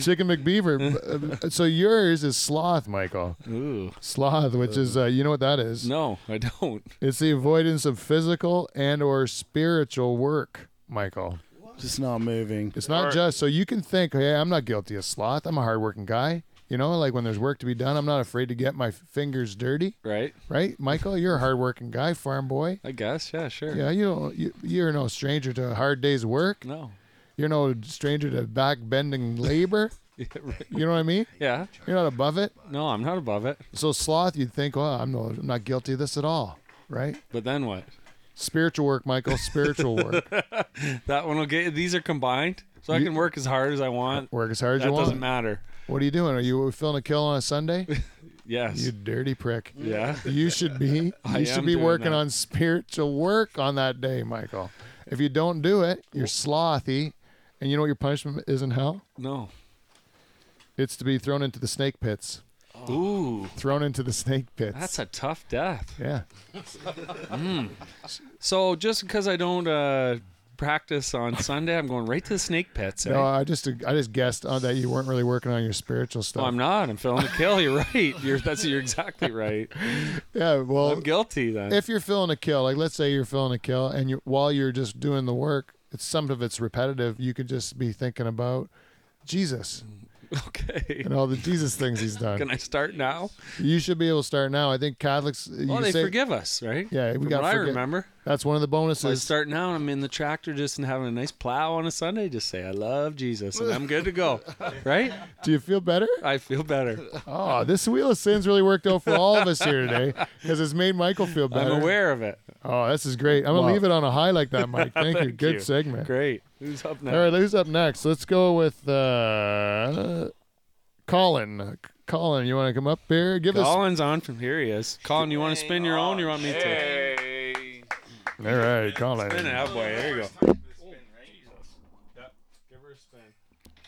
Speaker 1: chicken McBeaver. Uh, So yours is sloth, Michael.
Speaker 4: Ooh.
Speaker 1: Sloth, which is, uh, you know what that is?
Speaker 4: No, I don't.
Speaker 1: It's the avoidance of physical and or spiritual work, Michael.
Speaker 2: Just not moving.
Speaker 1: It's not just, so you can think, hey, I'm not guilty of sloth. I'm a hardworking guy. You know, like when there's work to be done, I'm not afraid to get my fingers dirty,
Speaker 4: Right?
Speaker 1: right? Michael, you're a hardworking guy, farm boy.
Speaker 4: I guess. Yeah, sure.
Speaker 1: Yeah, you don't. You, you're no stranger to a hard day's work.
Speaker 4: No.
Speaker 1: You're no stranger to back bending labor. You know what I mean?
Speaker 4: Yeah.
Speaker 1: You're not above it.
Speaker 4: No, I'm not above it.
Speaker 1: So sloth, you'd think, well, I'm no, I'm not guilty of this at all, right?
Speaker 4: But then what?
Speaker 1: Spiritual work, Michael. Spiritual work.
Speaker 4: That one will get. These are combined, so I
Speaker 1: You-
Speaker 4: can work as hard as I want.
Speaker 1: Work as hard as
Speaker 4: That
Speaker 1: you want.
Speaker 4: doesn't matter.
Speaker 1: What are you doing? Are you filling a kill on a Sunday?
Speaker 4: Yes.
Speaker 1: You dirty prick.
Speaker 4: yeah.
Speaker 1: You should be.
Speaker 4: I
Speaker 1: You
Speaker 4: am
Speaker 1: should be
Speaker 4: doing
Speaker 1: working
Speaker 4: that.
Speaker 1: on spiritual work on that day, Michael. If you don't do it, you're slothy, and you know what your punishment is in hell?
Speaker 4: No.
Speaker 1: It's to be thrown into the snake pits.
Speaker 4: Ooh,
Speaker 1: Thrown into the snake pits.
Speaker 4: that's a tough death.
Speaker 1: yeah.
Speaker 4: So just because I don't uh, practice on Sunday, I'm going right to the snake pits.
Speaker 1: No,
Speaker 4: eh?
Speaker 1: I just I just guessed uh, that you weren't really working on your spiritual stuff.
Speaker 4: Well, Oh, I'm not. I'm filling the kill. You're right. You're that's you're exactly right.
Speaker 1: yeah, well,
Speaker 4: I'm guilty then.
Speaker 1: if you're filling a kill, like let's say you're filling a kill, and you while you're just doing the work, it's some of it's repetitive. You could just be thinking about Jesus
Speaker 4: okay.
Speaker 1: and all the Jesus things he's done.
Speaker 4: Can I start now?
Speaker 1: You should be able to start now. I think Catholics.
Speaker 4: Well,
Speaker 1: you
Speaker 4: Oh, they
Speaker 1: say,
Speaker 4: forgive us, right?
Speaker 1: Yeah, we
Speaker 4: From
Speaker 1: got
Speaker 4: what I
Speaker 1: forgi-
Speaker 4: remember.
Speaker 1: That's one of the
Speaker 4: So I
Speaker 1: bonuses.
Speaker 4: start now, and I'm in the tractor just and having a nice plow on a Sunday. Just say, I love Jesus, and I'm good to go. right?
Speaker 1: Do you feel better?
Speaker 4: I feel better.
Speaker 1: Oh, this wheel of sins really worked out for all of us here today because it's made Michael feel
Speaker 4: I'm
Speaker 1: better.
Speaker 4: aware of it.
Speaker 1: Oh, this is great. I'm gonna
Speaker 4: Wow.
Speaker 1: leave it on a high like that, Mike. Thank, you.
Speaker 4: Thank
Speaker 1: Good
Speaker 4: you.
Speaker 1: segment.
Speaker 4: Great. Who's up now?
Speaker 1: All right, who's up next? Let's go with uh, Colin. Colin, you want to come up here? Give
Speaker 4: Colin's on from here. He is. Colin, you want to spin your own? Or you want me to?
Speaker 6: Hey.
Speaker 1: us. All right,
Speaker 4: Spin it,
Speaker 1: Colin.
Speaker 4: oh boy. There you go.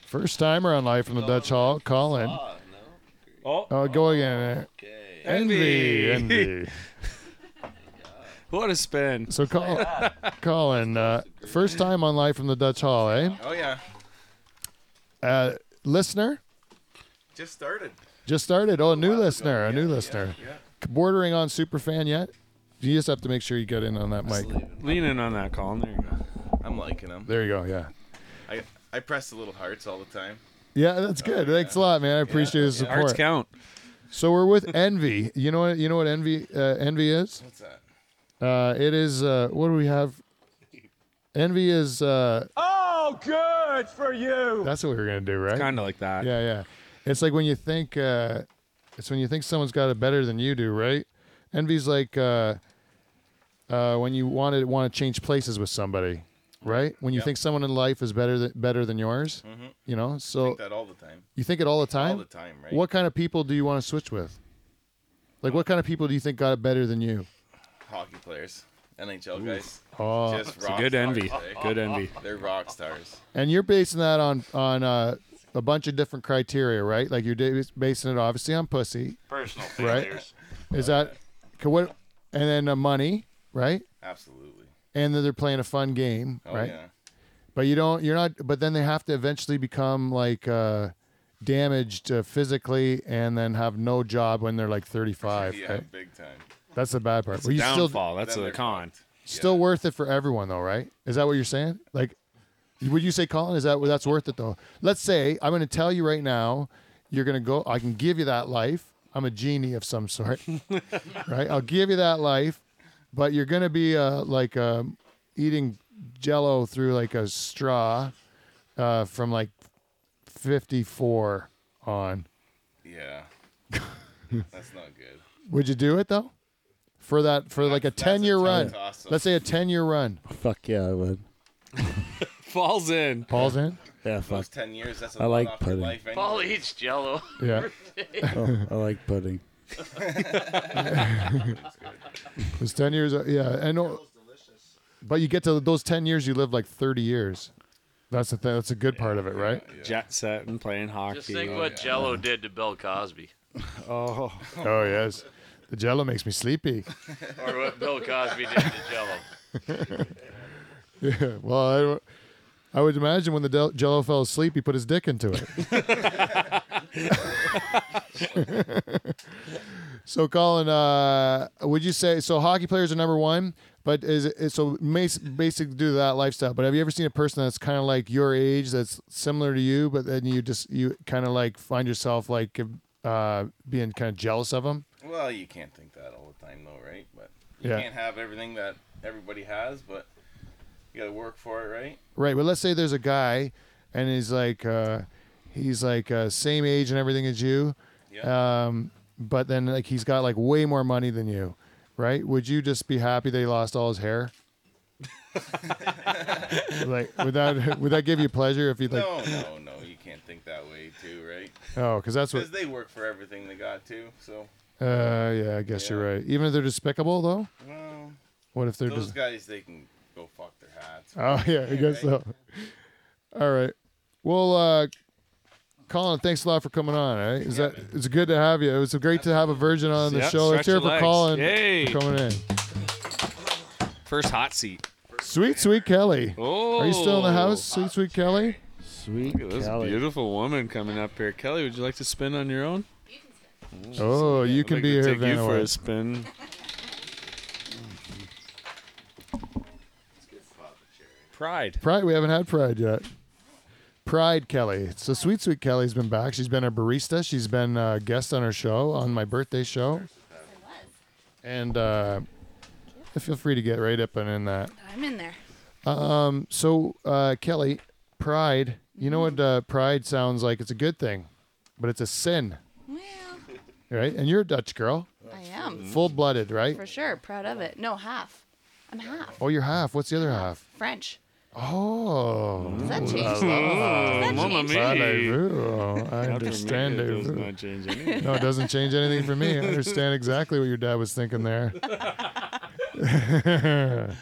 Speaker 1: First timer on Life from the Dutch Hall. Colin.
Speaker 4: Oh,
Speaker 1: Oh, go again.
Speaker 8: Okay.
Speaker 4: envy.
Speaker 1: Envy. Envy.
Speaker 4: what a spin!
Speaker 1: So, Col- Colin, uh, first time on Life from the Dutch Hall, eh?
Speaker 9: Oh yeah,
Speaker 1: Uh, listener?
Speaker 9: just started.
Speaker 1: Just started. Oh, a new listener. A new listener. Bordering on super fan yet? You just have to make sure you get in on that mic.
Speaker 4: Lean in on that, Colin. There you go.
Speaker 9: I'm liking them.
Speaker 1: There you go. Yeah.
Speaker 9: I I press the little hearts all the time.
Speaker 1: Yeah, that's good. Thanks a lot, man. I appreciate the support.
Speaker 4: Hearts count.
Speaker 1: So we're with Envy. You know what? You know what Envy uh, Envy is?
Speaker 9: What's that?
Speaker 1: Uh, it is. Uh, what do we have? Envy is. Uh, oh, good for you. That's what we were gonna do, right?
Speaker 4: Kind of like that.
Speaker 1: Yeah, yeah. It's like when you think. Uh, it's when you think someone's got it better than you do, right? Envy's like uh, uh, when you want to want to change places with somebody, right? When you think someone in life is better than better than yours, you know. So
Speaker 9: Mm-hmm. That all the time.
Speaker 1: you think it all the time.
Speaker 9: All the time, right?
Speaker 1: What kind of people do you want to switch with? Like, what kind of people do you think got it better than you?
Speaker 9: Hockey players, NHL guys,
Speaker 1: Oh,
Speaker 9: just rock
Speaker 4: Good
Speaker 9: stars,
Speaker 4: envy.
Speaker 9: eh?
Speaker 4: Good envy.
Speaker 9: They're rock stars.
Speaker 1: and you're basing that on on uh, a bunch of different criteria, right? Like you're da- basing it obviously on pussy,
Speaker 6: Personal
Speaker 1: Right.
Speaker 6: failures.
Speaker 1: is that? Could what? And then uh, money, right?
Speaker 9: Absolutely.
Speaker 1: And then they're playing a fun game,
Speaker 9: Oh
Speaker 1: right?
Speaker 9: yeah.
Speaker 1: But you don't, you're not. But then they have to eventually become like uh, damaged uh, physically, and then have no job when they're like 35.
Speaker 9: Yeah,
Speaker 1: right?
Speaker 9: big time.
Speaker 1: That's the bad part. Well, you still
Speaker 4: Downfall. That's
Speaker 9: Then
Speaker 4: a
Speaker 9: they're
Speaker 4: con.
Speaker 9: fucked.
Speaker 1: Still worth it for everyone, though, right? Is that what you're saying? Like, would you say, Colin, is that that's worth it though? Let's say I'm going to tell you right now, you're going to go. I can give you that life. I'm a genie of some sort, right? I'll give you that life, but you're going to be uh, like um, eating Jello through like a straw uh, from like 54 on.
Speaker 9: Yeah. That's not good.
Speaker 1: Would you do it though? For that, for like a
Speaker 9: That's- that's a
Speaker 1: 10 year run.
Speaker 9: toss-up.
Speaker 1: Let's say a 10 year run.
Speaker 2: Fuck yeah, I would.
Speaker 4: Falls in.
Speaker 1: Paul's in.
Speaker 2: Yeah, fuck.
Speaker 9: Those ten years. That's a
Speaker 2: I
Speaker 9: lot
Speaker 2: like
Speaker 9: off
Speaker 2: pudding.
Speaker 9: your life. Anyway.
Speaker 6: Paul eats jello.
Speaker 1: Yeah.
Speaker 2: Oh, I like pudding.
Speaker 1: It's ten years. Yeah, and uh, but you get to those ten years, you live like thirty years. That's the thing. That's a good part of it, right?
Speaker 4: Jet setting, playing hockey.
Speaker 6: Just think what jello did to Bill Cosby.
Speaker 4: Oh,
Speaker 1: Oh yes, the Jello makes me sleepy.
Speaker 6: Or what Bill Cosby did to jello.
Speaker 1: Yeah, well, I, don't- I would imagine when the del- Jello fell asleep, he put his dick into it. so, Colin, uh, would you say so? Hockey players are number one, but is it so mas- basically due to that lifestyle? But have you ever seen a person that's kind of like your age, that's similar to you, but then you just you kind of like find yourself like uh, being kind of jealous of them?
Speaker 9: Well, you can't think that all the time, though, right? But you
Speaker 1: Yeah.
Speaker 9: can't have everything that everybody has, but you gotta work for it, right?
Speaker 1: Right. But let's say there's a guy and he's like, uh, he's like uh, same age and everything as you,
Speaker 9: Yeah.
Speaker 1: um, but then like he's got like way more money than you, right? Would you just be happy that he lost all his hair? like would that would that give you pleasure if you like
Speaker 9: no, no, no. You can't think that way too, right?
Speaker 1: oh because that's what
Speaker 9: Because they work for everything they got too. So,
Speaker 1: uh yeah I guess
Speaker 9: Yeah.
Speaker 1: you're right even if they're despicable though
Speaker 9: well,
Speaker 1: what if they're
Speaker 9: those
Speaker 1: just
Speaker 9: guys they can go fuck their hats.
Speaker 1: Oh yeah, I guess so. All right. Well, uh, Colin, thanks a lot for coming on. All right, is that it's good to have you. It was great to have a virgin on the
Speaker 4: Yeah,
Speaker 1: show. Let's
Speaker 4: stretch your
Speaker 1: hear it for Colin
Speaker 4: legs. Yay.
Speaker 1: for coming in.
Speaker 4: First hot seat.
Speaker 1: Sweet, sweet Kelly.
Speaker 4: Oh,
Speaker 1: Are you still in the house, sweet, sweet Kelly?
Speaker 2: Sweet
Speaker 4: Look at this
Speaker 2: Kelly.
Speaker 4: beautiful woman coming up here. Kelly, would you like to spin on your own?
Speaker 1: Oh, you
Speaker 4: I'd
Speaker 1: can
Speaker 4: like
Speaker 1: be
Speaker 4: to
Speaker 1: here,
Speaker 4: take you for a
Speaker 1: Vanowitz.
Speaker 4: spin. Pride.
Speaker 1: Pride. We haven't had Pride yet. Pride Kelly. So sweet, sweet Kelly's been back. She's been a barista. She's been a guest on our show on my birthday show. And uh, feel free to get right up and in that.
Speaker 10: I'm in there.
Speaker 1: So, uh, Kelly, pride. You know what uh, pride sounds like? It's a good thing, but it's a sin,
Speaker 10: Well,
Speaker 1: right? And you're a Dutch girl,
Speaker 10: I am
Speaker 1: full blooded, right?
Speaker 10: for sure. Proud of it. No, half. I'm half
Speaker 1: Oh, you're half. What's the other half?
Speaker 10: French.
Speaker 1: Oh.
Speaker 10: Does that change? Does that
Speaker 4: Mamma
Speaker 10: change?
Speaker 4: mia.
Speaker 1: Rendezvous. I
Speaker 4: Not for me,
Speaker 1: understand
Speaker 4: it does
Speaker 1: it.
Speaker 4: not change anything.
Speaker 1: No, it doesn't change anything for me. I understand exactly what your dad was thinking there.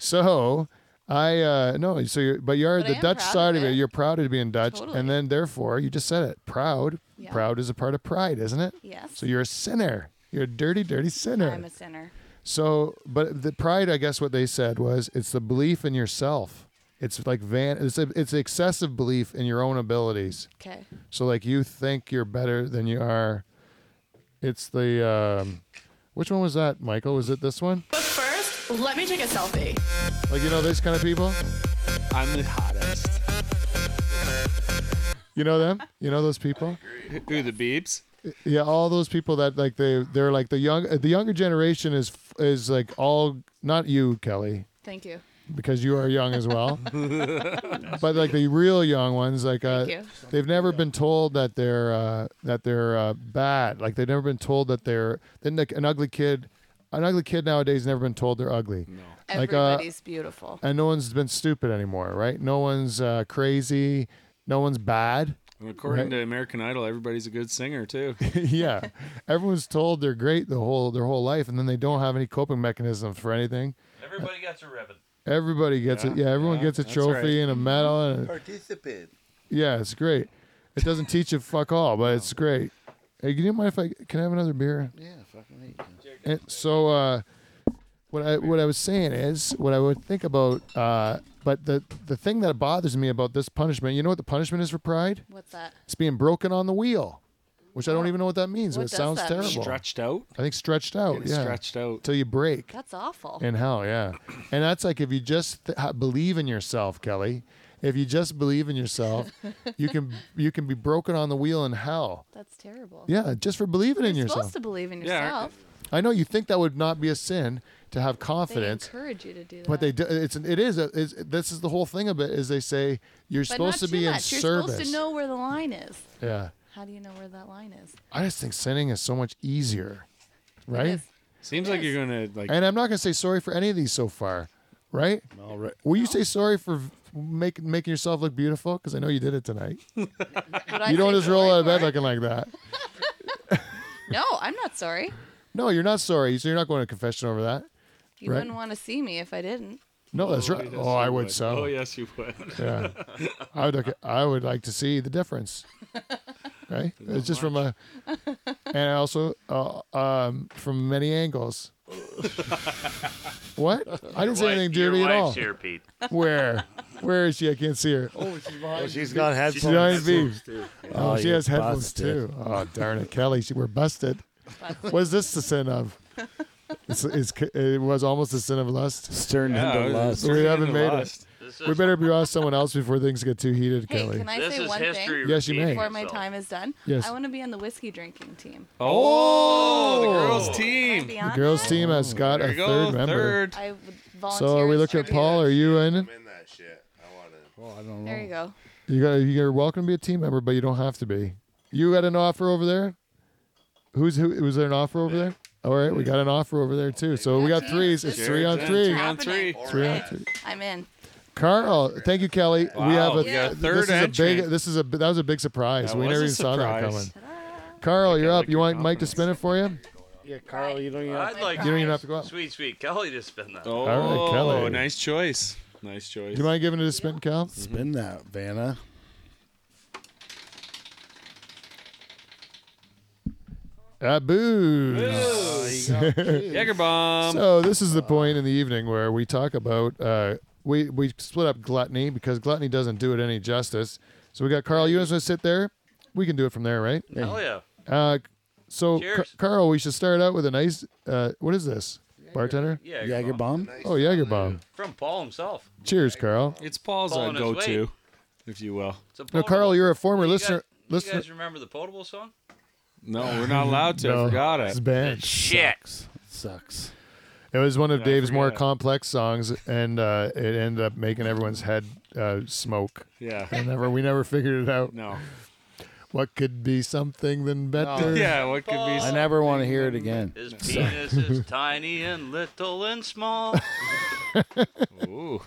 Speaker 1: so, I uh no, so you're, but you're
Speaker 10: But I
Speaker 1: the
Speaker 10: am
Speaker 1: Dutch
Speaker 10: proud of
Speaker 1: side of
Speaker 10: it.
Speaker 1: it. You're proud of being Dutch,
Speaker 10: Totally.
Speaker 1: and then therefore you just said it. Proud,
Speaker 10: Yeah.
Speaker 1: proud is a part of pride, isn't it?
Speaker 10: Yes.
Speaker 1: So you're a sinner. You're a dirty, dirty sinner.
Speaker 10: I'm a sinner.
Speaker 1: so, but the pride, I guess, what they said was it's the belief in yourself. It's like van. It's a, it's excessive belief in your own abilities.
Speaker 10: Okay.
Speaker 1: So like you think you're better than you are. It's the um, which one was that, Michael? Was it this one?
Speaker 11: But first, let me take a selfie.
Speaker 1: Like you know these kind of people.
Speaker 4: I'm the hottest.
Speaker 1: You know them? You know those people?
Speaker 4: Ooh, the beeps.
Speaker 1: Yeah, all those people that like they they're like the young the younger generation is is like all not you, Kelly,
Speaker 10: Thank you.
Speaker 1: because you are young as well. but like the real young ones, like uh,
Speaker 10: Thank you.
Speaker 1: they've never been told that they're uh, that they're uh, bad. Like they've never been told that they're then like an ugly kid. An ugly kid nowadays has never been told they're ugly, Like, uh,
Speaker 10: Everybody's beautiful.
Speaker 1: and no one's been stupid anymore, right? No one's uh, crazy, no one's bad.
Speaker 4: And according to American Idol, everybody's a good singer too.
Speaker 1: yeah, everyone's told they're great the whole their whole life, and then they don't have any coping mechanisms for anything.
Speaker 6: Everybody gets a ribbon.
Speaker 1: Everybody gets it. Yeah, everyone
Speaker 4: yeah,
Speaker 1: gets a
Speaker 4: that's
Speaker 1: trophy
Speaker 4: right.
Speaker 1: and a medal, and
Speaker 8: Participate.
Speaker 1: Yeah, it's great. It doesn't teach you fuck all, but it's great. Hey, do you mind if I can I have another beer?
Speaker 2: Yeah, fucking eight.
Speaker 1: And so uh, what I what I was saying is what I would think about. Uh, but the the thing that bothers me about this punishment, you know what the punishment is for pride?
Speaker 10: What's that?
Speaker 1: It's being broken on the wheel, which I don't even know what that means.
Speaker 10: What
Speaker 1: but it
Speaker 10: does
Speaker 1: sounds
Speaker 10: that mean?
Speaker 1: terrible.
Speaker 4: Stretched out.
Speaker 1: I think stretched out.
Speaker 4: Getting
Speaker 1: yeah,
Speaker 4: Stretched out.
Speaker 1: till you break.
Speaker 10: That's awful.
Speaker 1: In hell, yeah. And that's like if you just th- ha- believe in yourself, Kelly. If you just believe in yourself, you can you can be broken on the wheel in hell.
Speaker 10: That's terrible.
Speaker 1: Yeah, just for believing in
Speaker 10: You're
Speaker 1: yourself.
Speaker 10: supposed to believe in
Speaker 4: Yeah,
Speaker 10: yourself.
Speaker 1: I know you think that would not be a sin to have
Speaker 10: they
Speaker 1: confidence,
Speaker 10: encourage you to do that.
Speaker 1: but they do, it's it is a, it's, this is the whole thing of it is they say you're
Speaker 10: But
Speaker 1: supposed
Speaker 10: not
Speaker 1: to be
Speaker 10: too
Speaker 1: in
Speaker 10: much. You're
Speaker 1: service.
Speaker 10: supposed to know where the line is.
Speaker 1: Yeah,
Speaker 10: How do you know where that line is?
Speaker 1: I just think sinning is so much easier, right?
Speaker 10: Because-
Speaker 4: Seems like you're gonna like.
Speaker 1: And I'm not gonna say sorry for any of these so far, right?
Speaker 2: All right.
Speaker 1: Will you say sorry for v- making making yourself look beautiful? Because I know you did it tonight.
Speaker 10: would I
Speaker 1: You don't
Speaker 10: say
Speaker 1: just roll out of
Speaker 10: sorry
Speaker 1: bed
Speaker 10: for it?
Speaker 1: looking like that.
Speaker 10: No, I'm not sorry.
Speaker 1: No, you're not sorry. So you're not going to confession over that.
Speaker 10: You
Speaker 1: Right.
Speaker 10: wouldn't want to see me if I didn't.
Speaker 1: No, that's right.
Speaker 4: yes,
Speaker 1: Oh, I
Speaker 4: you
Speaker 1: would so.
Speaker 4: Oh yes, you would.
Speaker 1: Yeah. I would look, I would like to see the difference. Right? It's just from a and also uh, um, from many angles. what? I didn't say
Speaker 6: Wife-
Speaker 1: anything
Speaker 6: your
Speaker 1: dirty at
Speaker 6: wife's
Speaker 1: all.
Speaker 6: here, Pete.
Speaker 1: Where? Where is she? I can't see her.
Speaker 2: Oh, she's got
Speaker 1: She's behind
Speaker 2: headphones.
Speaker 1: me.
Speaker 2: Oh,
Speaker 1: Oh, she
Speaker 2: you're
Speaker 1: has headphones
Speaker 2: busted.
Speaker 1: too. Oh, darn it, Kelly, she, we're busted. what is this the sin of? It's, it's, it was almost a sin of lust.
Speaker 2: It's turned
Speaker 4: Yeah,
Speaker 2: into
Speaker 4: it's
Speaker 2: lust.
Speaker 1: We
Speaker 4: turning
Speaker 1: haven't
Speaker 4: into
Speaker 1: made it.
Speaker 4: lust.
Speaker 6: This
Speaker 1: We
Speaker 6: is,
Speaker 1: better be off someone else before things get too heated,
Speaker 10: Hey,
Speaker 1: Kelly.
Speaker 10: can I
Speaker 6: this
Speaker 10: say
Speaker 6: is
Speaker 10: one
Speaker 6: history
Speaker 10: thing
Speaker 1: Yes, you
Speaker 6: repeating
Speaker 1: may.
Speaker 10: before my
Speaker 6: itself.
Speaker 10: time is done?
Speaker 1: Yes.
Speaker 10: I want to be on the whiskey drinking team.
Speaker 4: Oh, the girls'
Speaker 10: Can I
Speaker 4: team.
Speaker 10: be
Speaker 4: There
Speaker 10: on
Speaker 1: the girls'
Speaker 10: that?
Speaker 1: team has got a
Speaker 4: you
Speaker 1: third
Speaker 4: go,
Speaker 1: member.
Speaker 4: third.
Speaker 10: I would volunteer.
Speaker 1: So we
Speaker 10: as
Speaker 1: look at
Speaker 10: tribute.
Speaker 1: Paul. Are you in?
Speaker 8: I'm in that shit. I want
Speaker 1: Oh,
Speaker 2: Well, I don't know.
Speaker 10: There you go.
Speaker 1: You got you're welcome to be a team member, but you don't have to be. You got an offer over there? Who's who was there an offer over there? All right, we got an offer over there too. So we got threes. It's three on three.
Speaker 4: Three on three.
Speaker 1: Three on three.
Speaker 10: I'm in.
Speaker 1: Carl, thank you, Kelly. We have a,
Speaker 4: Wow, you got a third
Speaker 1: this is a big
Speaker 4: entrant.
Speaker 1: this is a that was a big surprise.
Speaker 4: That
Speaker 1: we
Speaker 4: was
Speaker 1: never
Speaker 4: a
Speaker 1: even saw that coming.
Speaker 4: surprise.
Speaker 1: Carl, you're up.
Speaker 4: like
Speaker 1: You
Speaker 4: your
Speaker 1: want Mike to
Speaker 4: confidence.
Speaker 1: spin it for you?
Speaker 2: Yeah, Carl, you don't even have
Speaker 6: I'd like
Speaker 1: You don't even have to go up.
Speaker 6: Sweet, sweet Kelly to spin that.
Speaker 4: Oh,
Speaker 1: right, Kelly.
Speaker 4: nice choice. Nice choice.
Speaker 1: Do you mind giving it a spin, Cal?
Speaker 2: to spin that, Vanna.
Speaker 1: Ah, booze.
Speaker 4: Jager bomb.
Speaker 1: So this is the point in the evening where we talk about uh, we we split up gluttony because gluttony doesn't do it any justice. So we got Carl. You just want to sit there? We can do it from there, right?
Speaker 6: Hell yeah.
Speaker 1: Uh, so
Speaker 6: Cheers.
Speaker 1: Car- Carl, we should start out with a nice. Uh, what is this? Bartender?
Speaker 6: Yeah.
Speaker 2: Jager bomb.
Speaker 1: Oh, Jagerbomb.
Speaker 6: From Paul himself.
Speaker 1: Cheers, Carl.
Speaker 4: It's Paul's uh,
Speaker 6: Pulling his
Speaker 4: go-to,
Speaker 6: weight.
Speaker 4: if you will.
Speaker 6: It's a
Speaker 1: No,
Speaker 6: potable.
Speaker 1: Carl, you're a
Speaker 6: You
Speaker 1: former
Speaker 6: guys-
Speaker 1: listener.
Speaker 6: You
Speaker 1: listener.
Speaker 6: guys remember the potable song?
Speaker 4: No, we're not allowed to.
Speaker 1: No,
Speaker 4: I forgot
Speaker 1: It's
Speaker 4: it.
Speaker 1: banned.
Speaker 6: Shit.
Speaker 2: Sucks.
Speaker 1: It was one of
Speaker 4: Yeah, I
Speaker 1: Dave's
Speaker 4: forget
Speaker 1: more
Speaker 4: it.
Speaker 1: complex songs, and uh, it ended up making everyone's head uh, smoke.
Speaker 4: Yeah.
Speaker 1: Never, we never figured it out.
Speaker 4: No.
Speaker 1: What could be something than better?
Speaker 4: Yeah. What could be?
Speaker 2: I never want to hear it again.
Speaker 6: His penis is tiny and little and small.
Speaker 4: Ooh.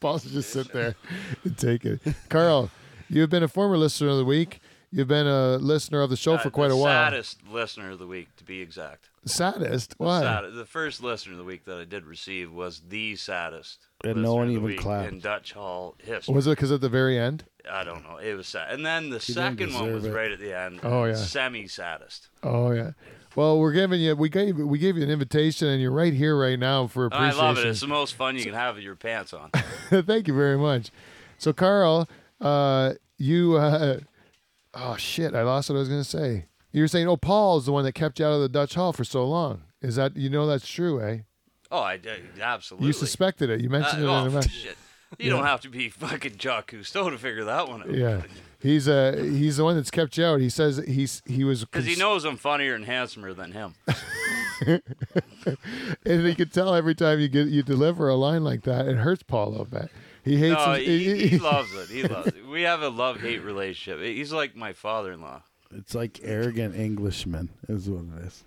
Speaker 1: Paul should just sit there and take it. Carl, you've been a former listener of the week. You've been a listener of the show for
Speaker 6: Uh,
Speaker 1: quite
Speaker 6: the
Speaker 1: a while.
Speaker 6: Saddest listener of the week, to be exact.
Speaker 1: Saddest? Why?
Speaker 6: Sad- the first listener of the week that I did receive was the saddest.
Speaker 2: And no
Speaker 6: listener
Speaker 2: one
Speaker 6: of the
Speaker 2: even
Speaker 6: week
Speaker 2: clapped.
Speaker 6: In Dutch Hall history.
Speaker 1: Was it because at the very end?
Speaker 6: I don't know. It was sad. And then the second one
Speaker 2: deserve
Speaker 6: was
Speaker 2: it.
Speaker 6: right at the end.
Speaker 1: Oh, yeah.
Speaker 6: Semi saddest.
Speaker 1: Oh yeah. Well, we're giving you we gave we gave you an invitation, and you're right here right now for
Speaker 6: Oh, I
Speaker 1: appreciation.
Speaker 6: love it. It's the most fun you can have with your pants on.
Speaker 1: Thank you very much. So, Carl, uh, you uh, oh shit, I lost what I was gonna say. You were saying, oh, Paul's the one that kept you out of the Dutch Hall for so long. Is that you know that's true, eh?
Speaker 6: Oh, I did. Absolutely.
Speaker 1: You suspected it. You
Speaker 6: Uh,
Speaker 1: mentioned it.
Speaker 6: oh,
Speaker 1: in the mess.
Speaker 6: shit. You don't have to be fucking Jacques Cousteau to figure that one out.
Speaker 1: Yeah, he's uh he's the one that's kept you out. He says he's he was
Speaker 6: Because he
Speaker 1: cons-
Speaker 6: knows I'm funnier and handsomer than him.
Speaker 1: and he could tell every time you get you deliver a line like that, it hurts Paul a little bit. He hates.
Speaker 6: No,
Speaker 1: his-
Speaker 6: he, he loves it. He loves it. We have a love hate relationship. He's like my father in law.
Speaker 2: It's like arrogant Englishman is what it is.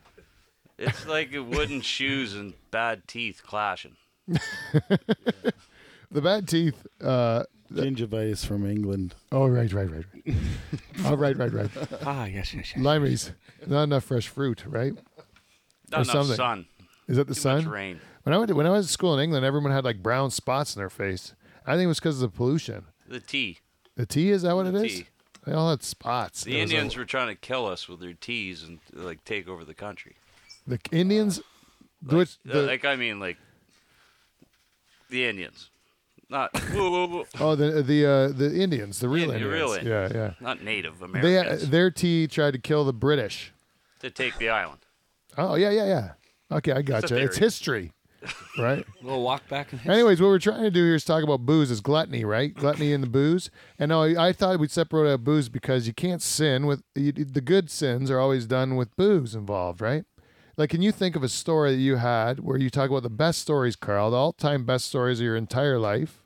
Speaker 6: It's like wooden shoes and bad teeth clashing.
Speaker 1: the bad teeth. Uh,
Speaker 2: Gingivitis from England.
Speaker 1: oh right, right, right. right. oh right, right, right.
Speaker 4: Ah, yes, yes, yes.
Speaker 1: Limeys, not enough fresh fruit, right?
Speaker 6: Not
Speaker 1: Or
Speaker 6: enough
Speaker 1: something.
Speaker 6: sun.
Speaker 1: Is that the
Speaker 6: Too
Speaker 1: sun?
Speaker 6: much rain.
Speaker 1: When I went to, when I was at school in England, everyone had like brown spots in their face. I think it was because of the pollution.
Speaker 6: The tea.
Speaker 1: The tea is that what it is?
Speaker 6: tea.
Speaker 1: They all had spots.
Speaker 6: The
Speaker 1: It was a-
Speaker 6: Indians were trying to kill us with their teas and like take over the country.
Speaker 1: the Indians, which
Speaker 6: Uh,
Speaker 1: the,
Speaker 6: like I mean, like the Indians, not woo, woo, woo.
Speaker 1: oh the the uh, the Indians, the real
Speaker 6: Indi-
Speaker 1: Indians.
Speaker 6: real
Speaker 1: Yeah, yeah.
Speaker 6: not Native
Speaker 1: They uh,
Speaker 6: Americans,
Speaker 1: their tea tried to kill the British.
Speaker 6: to take the island.
Speaker 1: Oh yeah, yeah, yeah. Okay, I got
Speaker 6: a
Speaker 1: gotcha. you. It's
Speaker 6: theory.
Speaker 1: history, right?
Speaker 4: We'll walk back and
Speaker 1: Anyways, what we're trying to do here is talk about booze is gluttony, right? Gluttony and the booze. And now I, I thought we'd separate out booze because you can't sin with you, the good sins are always done with booze involved, right? Like, can you think of a story that you had where you talk about the best stories, Carl, the all-time best stories of your entire life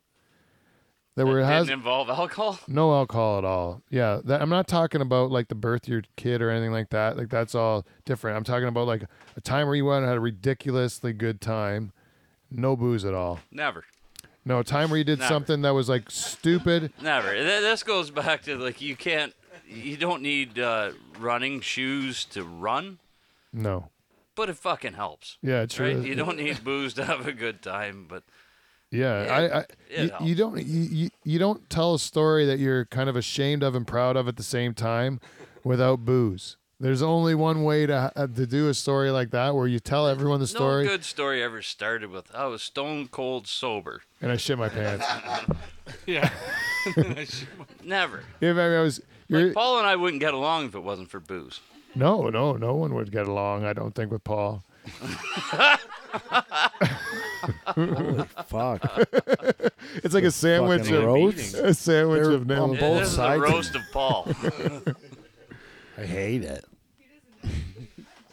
Speaker 1: that were
Speaker 6: It
Speaker 1: has
Speaker 6: didn't involve alcohol.
Speaker 1: no alcohol at all. Yeah, that, I'm not talking about like the birth of your kid or anything like that. Like that's all different. I'm talking about like a time where you went and had a ridiculously good time, no booze at all.
Speaker 6: Never,
Speaker 1: No, a time where you did
Speaker 6: Never.
Speaker 1: something that was like stupid.
Speaker 6: never. Th- This goes back to like you can't, you don't need uh, running shoes to run,
Speaker 1: No.
Speaker 6: but it fucking helps.
Speaker 1: Yeah, it sure
Speaker 6: Right?
Speaker 1: is.
Speaker 6: You don't need booze to have a good time, but
Speaker 1: Yeah, I, I
Speaker 6: it
Speaker 1: you, you don't you, you, you don't tell a story that you're kind of ashamed of and proud of at the same time without booze. There's only one way to uh, to do a story like that where you tell everyone the story
Speaker 6: no good story ever started with I was stone cold sober.
Speaker 1: and I shit my pants.
Speaker 4: yeah.
Speaker 6: Never.
Speaker 1: if I was you're,
Speaker 6: Like Paul and I wouldn't get along if it wasn't for booze.
Speaker 1: no, no, no one would get along, I don't think with Paul.
Speaker 2: Fuck.
Speaker 1: It's like a sandwich
Speaker 2: fucking
Speaker 1: of
Speaker 2: roast.
Speaker 1: a sandwich
Speaker 2: They're
Speaker 1: of nail.
Speaker 2: on
Speaker 6: It-
Speaker 2: both
Speaker 6: this
Speaker 2: sides.
Speaker 6: is the roast of Paul.
Speaker 2: I hate it.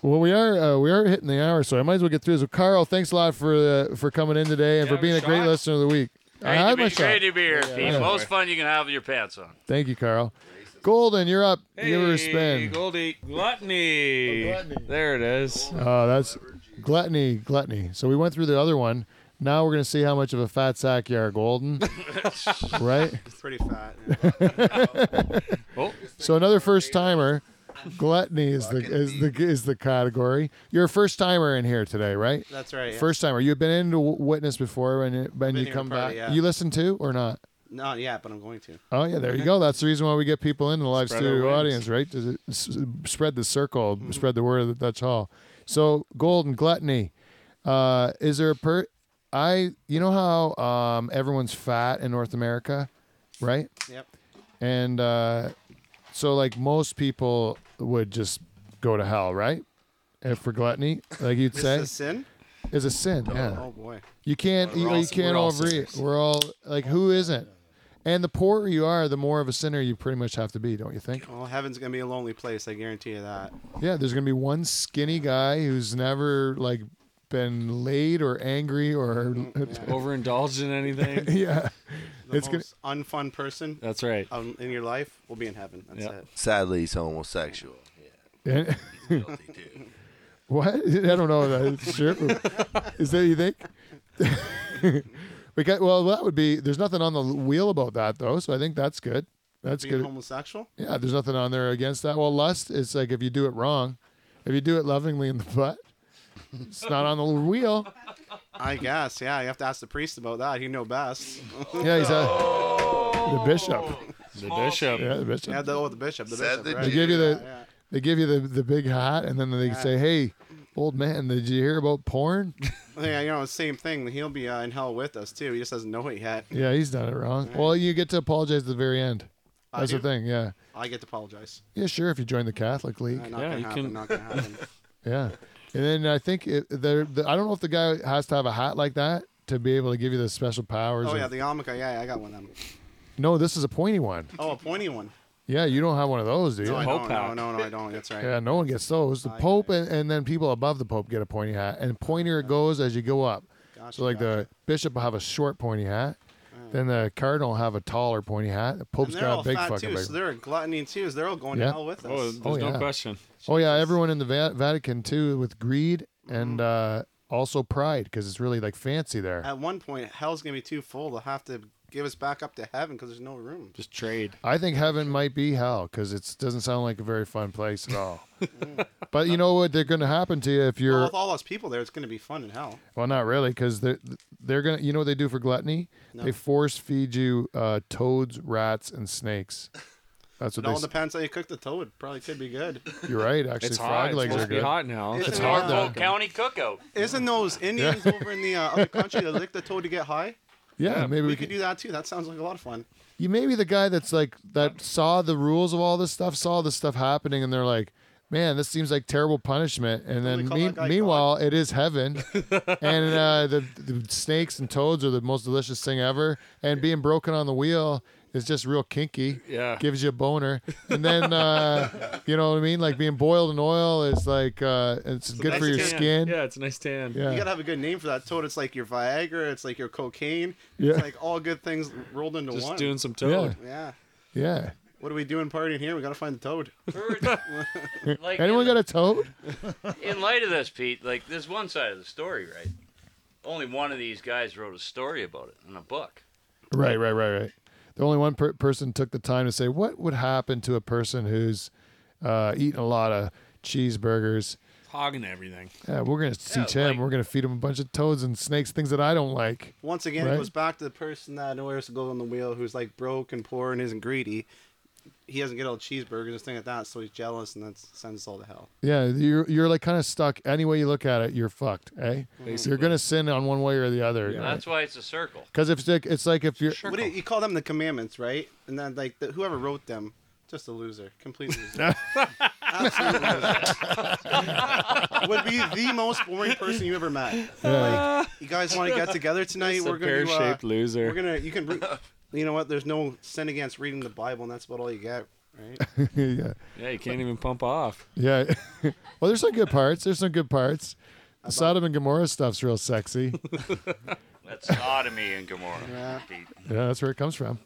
Speaker 1: Well, we are uh, we are hitting the hour, so I might as well get through this. Carl, thanks a lot for uh, for coming in today and for
Speaker 6: You have
Speaker 1: being
Speaker 6: a
Speaker 1: a great
Speaker 6: shot?
Speaker 1: listener of the week. I
Speaker 6: Great to
Speaker 1: had my
Speaker 6: be,
Speaker 1: shot.
Speaker 6: great to be here, Pete.
Speaker 1: yeah.
Speaker 6: Most fun you can have with your pants on.
Speaker 1: Thank you, Carl. Golden, you're up. Give her a spin.
Speaker 4: Goldie gluttony. There it is.
Speaker 1: Oh, that's gluttony, gluttony. So we went through the other one. Now we're gonna see how much of a fat sack you are, Golden. right?
Speaker 12: It's pretty fat.
Speaker 4: oh.
Speaker 1: So another first timer. Gluttony is the is the is the category. You're a first timer in here today, right?
Speaker 12: That's right, yeah.
Speaker 1: First timer. You've been in to witness before, and you- when
Speaker 12: Been
Speaker 1: you
Speaker 12: here
Speaker 1: come
Speaker 12: part
Speaker 1: back,
Speaker 12: of- yeah.
Speaker 1: you listen to or not?
Speaker 12: Not yet, but I'm going to.
Speaker 1: Oh yeah, there you go. That's the reason why we get people in the live
Speaker 12: Spread our
Speaker 1: studio
Speaker 12: wings.
Speaker 1: audience,
Speaker 12: Mm-hmm.
Speaker 1: right? To s- s- spread the circle, spread the word of the Dutch Hall. So golden gluttony. Uh, is there a per? I you know how um, everyone's fat in North America, right?
Speaker 12: Yep.
Speaker 1: And uh, so like most people would just go to hell, right? If for gluttony, like you'd
Speaker 12: This
Speaker 1: say,
Speaker 12: is a sin?
Speaker 1: Is a sin. Yeah.
Speaker 12: Oh, boy.
Speaker 1: You can't
Speaker 12: We're
Speaker 1: eat.
Speaker 12: all-
Speaker 1: you can't
Speaker 12: we're all
Speaker 1: overeat.
Speaker 12: sinners.
Speaker 1: We're all like, who isn't? And the poorer you are, the more of a sinner you pretty much have to be, don't you think?
Speaker 12: Well, heaven's gonna be a lonely place. I guarantee you that.
Speaker 1: Yeah, there's gonna be one skinny guy who's never like been laid or angry or
Speaker 4: Overindulged in anything.
Speaker 1: yeah.
Speaker 12: The
Speaker 1: It's gonna-
Speaker 12: most unfun person.
Speaker 4: That's right.
Speaker 12: Um, in your life, will be in heaven. That's it.
Speaker 8: Sadly, he's homosexual.
Speaker 1: And- what? I don't know. That. Sure. Is that you think? because well, that would be. There's nothing on the wheel about that though, so I think that's good. That's
Speaker 12: Being
Speaker 1: good.
Speaker 12: homosexual.
Speaker 1: Yeah, there's nothing on there against that. Well, lust is like if you do it wrong, if you do it lovingly in the butt, it's not on the wheel.
Speaker 12: I guess. Yeah, you have to ask the priest about that. He know best.
Speaker 1: Yeah, he's a, the bishop.
Speaker 4: The bishop.
Speaker 1: Yeah, the bishop.
Speaker 12: Yeah, the, oh, the bishop. The
Speaker 8: Said
Speaker 12: bishop.
Speaker 8: the
Speaker 12: right.
Speaker 1: They give you the they give you the, the big hat, and then they say, "Hey, old man, did you hear about porn?"
Speaker 12: Yeah, you know, same thing. He'll be uh, in hell with us too. He just doesn't know it yet.
Speaker 1: yeah, he's done it wrong. Well, you get to apologize at the very end.
Speaker 12: I
Speaker 1: That's the
Speaker 12: do?
Speaker 1: thing. Yeah,
Speaker 12: I get to apologize.
Speaker 1: yeah, sure. If you join the Catholic League,
Speaker 12: Uh, not gonna happen. Not gonna happen.
Speaker 1: Yeah, and then I think it, there. The, I don't know if the guy has to have a hat like that to be able to give you the special powers.
Speaker 12: oh
Speaker 1: of-
Speaker 12: yeah, the yarmulke. Yeah, yeah, I got one of them.
Speaker 1: no, this is a pointy one.
Speaker 12: Oh, a pointy one.
Speaker 1: Yeah, you don't have one of those, do you?
Speaker 12: No, I don't. No, no, no, I don't. That's right.
Speaker 1: Yeah, no one gets those. The Pope and, and then people above the Pope get a pointy hat, and pointier it goes as you go up. so like the bishop will have a short pointy hat, then the cardinal will have a taller pointy hat. The Pope's
Speaker 12: And they're
Speaker 1: got
Speaker 12: all
Speaker 1: a big
Speaker 12: fat
Speaker 1: fucking
Speaker 12: too,
Speaker 1: big.
Speaker 12: so they're a gluttony too. So they're all going
Speaker 1: Yeah.
Speaker 12: to hell with us.
Speaker 4: Oh, there's no
Speaker 1: yeah.
Speaker 4: question.
Speaker 1: Oh yeah, everyone in the Va- Vatican too with greed and
Speaker 12: Mm-hmm.
Speaker 1: uh, also pride because it's really like fancy there.
Speaker 12: At one point, hell's gonna be too full. They'll have to give us back up to heaven because there's no room.
Speaker 4: Just trade.
Speaker 1: I think heaven might be hell because it doesn't sound like a very fun place at all. but you know what? They're going to happen to you if
Speaker 12: Well,
Speaker 1: you're
Speaker 12: with all those people there, it's gonna be fun in hell.
Speaker 1: well, not really, because they're they're gonna. You know what they do for gluttony?
Speaker 12: No.
Speaker 1: They force feed you uh, toads, rats, and snakes. That's
Speaker 12: It
Speaker 1: what they.
Speaker 12: all
Speaker 1: s-
Speaker 12: depends how you cook the toad. Probably could be good.
Speaker 1: You're right. Actually,
Speaker 4: It's
Speaker 1: frog
Speaker 4: hot. It's
Speaker 1: legs
Speaker 4: supposed
Speaker 1: are
Speaker 4: to be
Speaker 1: good.
Speaker 4: hot now. It's
Speaker 12: Isn't
Speaker 4: hard
Speaker 12: it,
Speaker 4: though.
Speaker 12: uh,
Speaker 6: County cookout.
Speaker 12: Isn't those Indians over in the uh, other country that lick the toad to get high?
Speaker 1: Yeah, maybe
Speaker 12: we,
Speaker 1: we
Speaker 12: could
Speaker 1: could.
Speaker 12: do that too. That sounds like a lot of fun.
Speaker 1: You may be the guy that's like that saw the rules of all this stuff, saw this stuff happening, and they're like, "Man, this seems like terrible punishment." And then
Speaker 12: call
Speaker 1: mean,
Speaker 12: that guy
Speaker 1: meanwhile, it is heaven, and uh, the, the snakes and toads are the most delicious thing ever. And being broken on the wheel is just real kinky.
Speaker 4: Yeah.
Speaker 1: gives you a boner, and then uh, you know what I mean. Like being boiled in oil is like uh, it's, good for your
Speaker 12: Mexican.
Speaker 1: skin.
Speaker 4: Yeah, it's a nice tan.
Speaker 1: Yeah.
Speaker 12: You gotta have a good name for that toad. It's like your Viagra. It's like your cocaine.
Speaker 1: Yeah.
Speaker 12: It's like all good things rolled into
Speaker 4: Just
Speaker 12: one.
Speaker 4: doing some toad.
Speaker 12: yeah.
Speaker 1: Yeah.
Speaker 12: What are we doing partying here? We gotta find the toad.
Speaker 6: Like,
Speaker 1: Anyone
Speaker 6: in,
Speaker 1: got a toad?
Speaker 6: in light of this, Pete, like there's one side of the story, right? Only one of these guys wrote a story about it in a book.
Speaker 1: Right, right, right, right. The only one per- person took the time to say what would happen to a person who's uh, eating a lot of cheeseburgers.
Speaker 4: Hogging everything.
Speaker 1: Yeah, we're gonna teach him. we're gonna feed him a bunch of toads and snakes, things that I don't like.
Speaker 12: Once again,
Speaker 1: Right.
Speaker 12: it goes back to the person that knows to go on the wheel, who's like broke and poor and isn't greedy. He doesn't get all cheeseburgers and things like that, so he's jealous, and that sends us all to hell.
Speaker 1: Yeah, you're you're like kind of stuck. Any way you look at it, you're fucked. Eh? You're gonna sin on one way or the other.
Speaker 6: That's why it's a circle.
Speaker 1: Because if it's like, it's like if you're
Speaker 12: What do you, you call them the commandments, right? And then like the, whoever wrote them, just a loser, complete loser. Absolute loser. Would be the most boring person you ever met.
Speaker 1: Yeah.
Speaker 12: Like, you guys want to get together tonight?
Speaker 4: Just a
Speaker 12: we're gonna do,
Speaker 4: pear-shaped
Speaker 12: uh,
Speaker 4: loser.
Speaker 12: We're gonna you can. Re- you know what? There's no sin against reading the Bible, and that's about all you get. right?
Speaker 1: yeah.
Speaker 4: Yeah, you can't even pump off.
Speaker 1: Yeah. well, there's some good parts. There's some good parts. The Sodom and Gomorrah stuff's real sexy.
Speaker 6: That's sodomy and Gomorrah.
Speaker 1: yeah, that's where it comes from.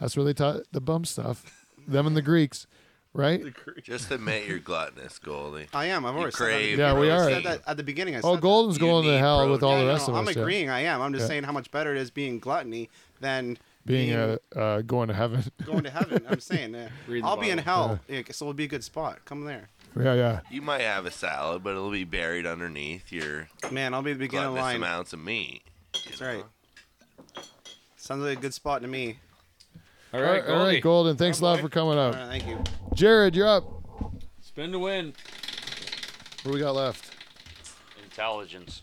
Speaker 1: That's where they taught the bum stuff. Them and the Greeks, right?
Speaker 8: Just admit you're gluttonous, Goldie.
Speaker 12: I am. I've
Speaker 8: You
Speaker 12: already
Speaker 8: crave
Speaker 12: said that.
Speaker 1: Yeah, we
Speaker 12: I
Speaker 1: are.
Speaker 12: said that at the beginning. I
Speaker 1: oh,
Speaker 12: said
Speaker 1: Golden's
Speaker 12: that.
Speaker 1: going to hell with all
Speaker 12: Yeah,
Speaker 1: the
Speaker 12: no,
Speaker 1: rest
Speaker 12: no,
Speaker 1: of
Speaker 12: I'm
Speaker 1: us. yeah.
Speaker 12: agreeing. I am. I'm just
Speaker 1: Yeah.
Speaker 12: saying how much better it is being gluttony than
Speaker 1: Being uh, uh, going to heaven.
Speaker 12: going to heaven. I'm saying. Uh,
Speaker 8: Read the
Speaker 12: I'll be in
Speaker 1: Bible.
Speaker 12: hell, yeah, so it'll be a good spot. Come there.
Speaker 1: yeah, yeah.
Speaker 8: You might have a salad, but it'll be buried underneath your
Speaker 12: Man, I'll be the beginning of
Speaker 8: gluttonous
Speaker 12: line.
Speaker 8: amounts of meat.
Speaker 12: That's right. Sounds like a good spot to me.
Speaker 4: All
Speaker 1: All right, all right, Golden. Thanks a lot for coming
Speaker 12: Oh, All
Speaker 1: out.
Speaker 12: right, thank you.
Speaker 1: Jared, you're up.
Speaker 4: Spin to win.
Speaker 1: What do we got left?
Speaker 6: Intelligence.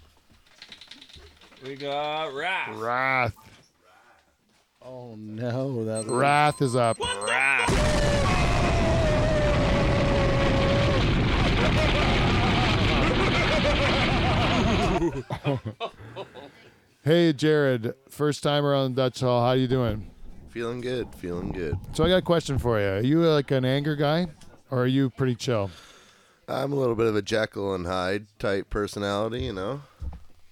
Speaker 4: We got Wrath.
Speaker 1: Wrath.
Speaker 2: Oh no, that
Speaker 1: Wrath is up. hey, Jared, first time around Dutch Hall. How you doing?
Speaker 8: Feeling good. Feeling good.
Speaker 1: So I got a question for you. Are you like an anger guy, or are you pretty chill?
Speaker 8: I'm a little bit of a Jekyll and Hyde type personality, you know.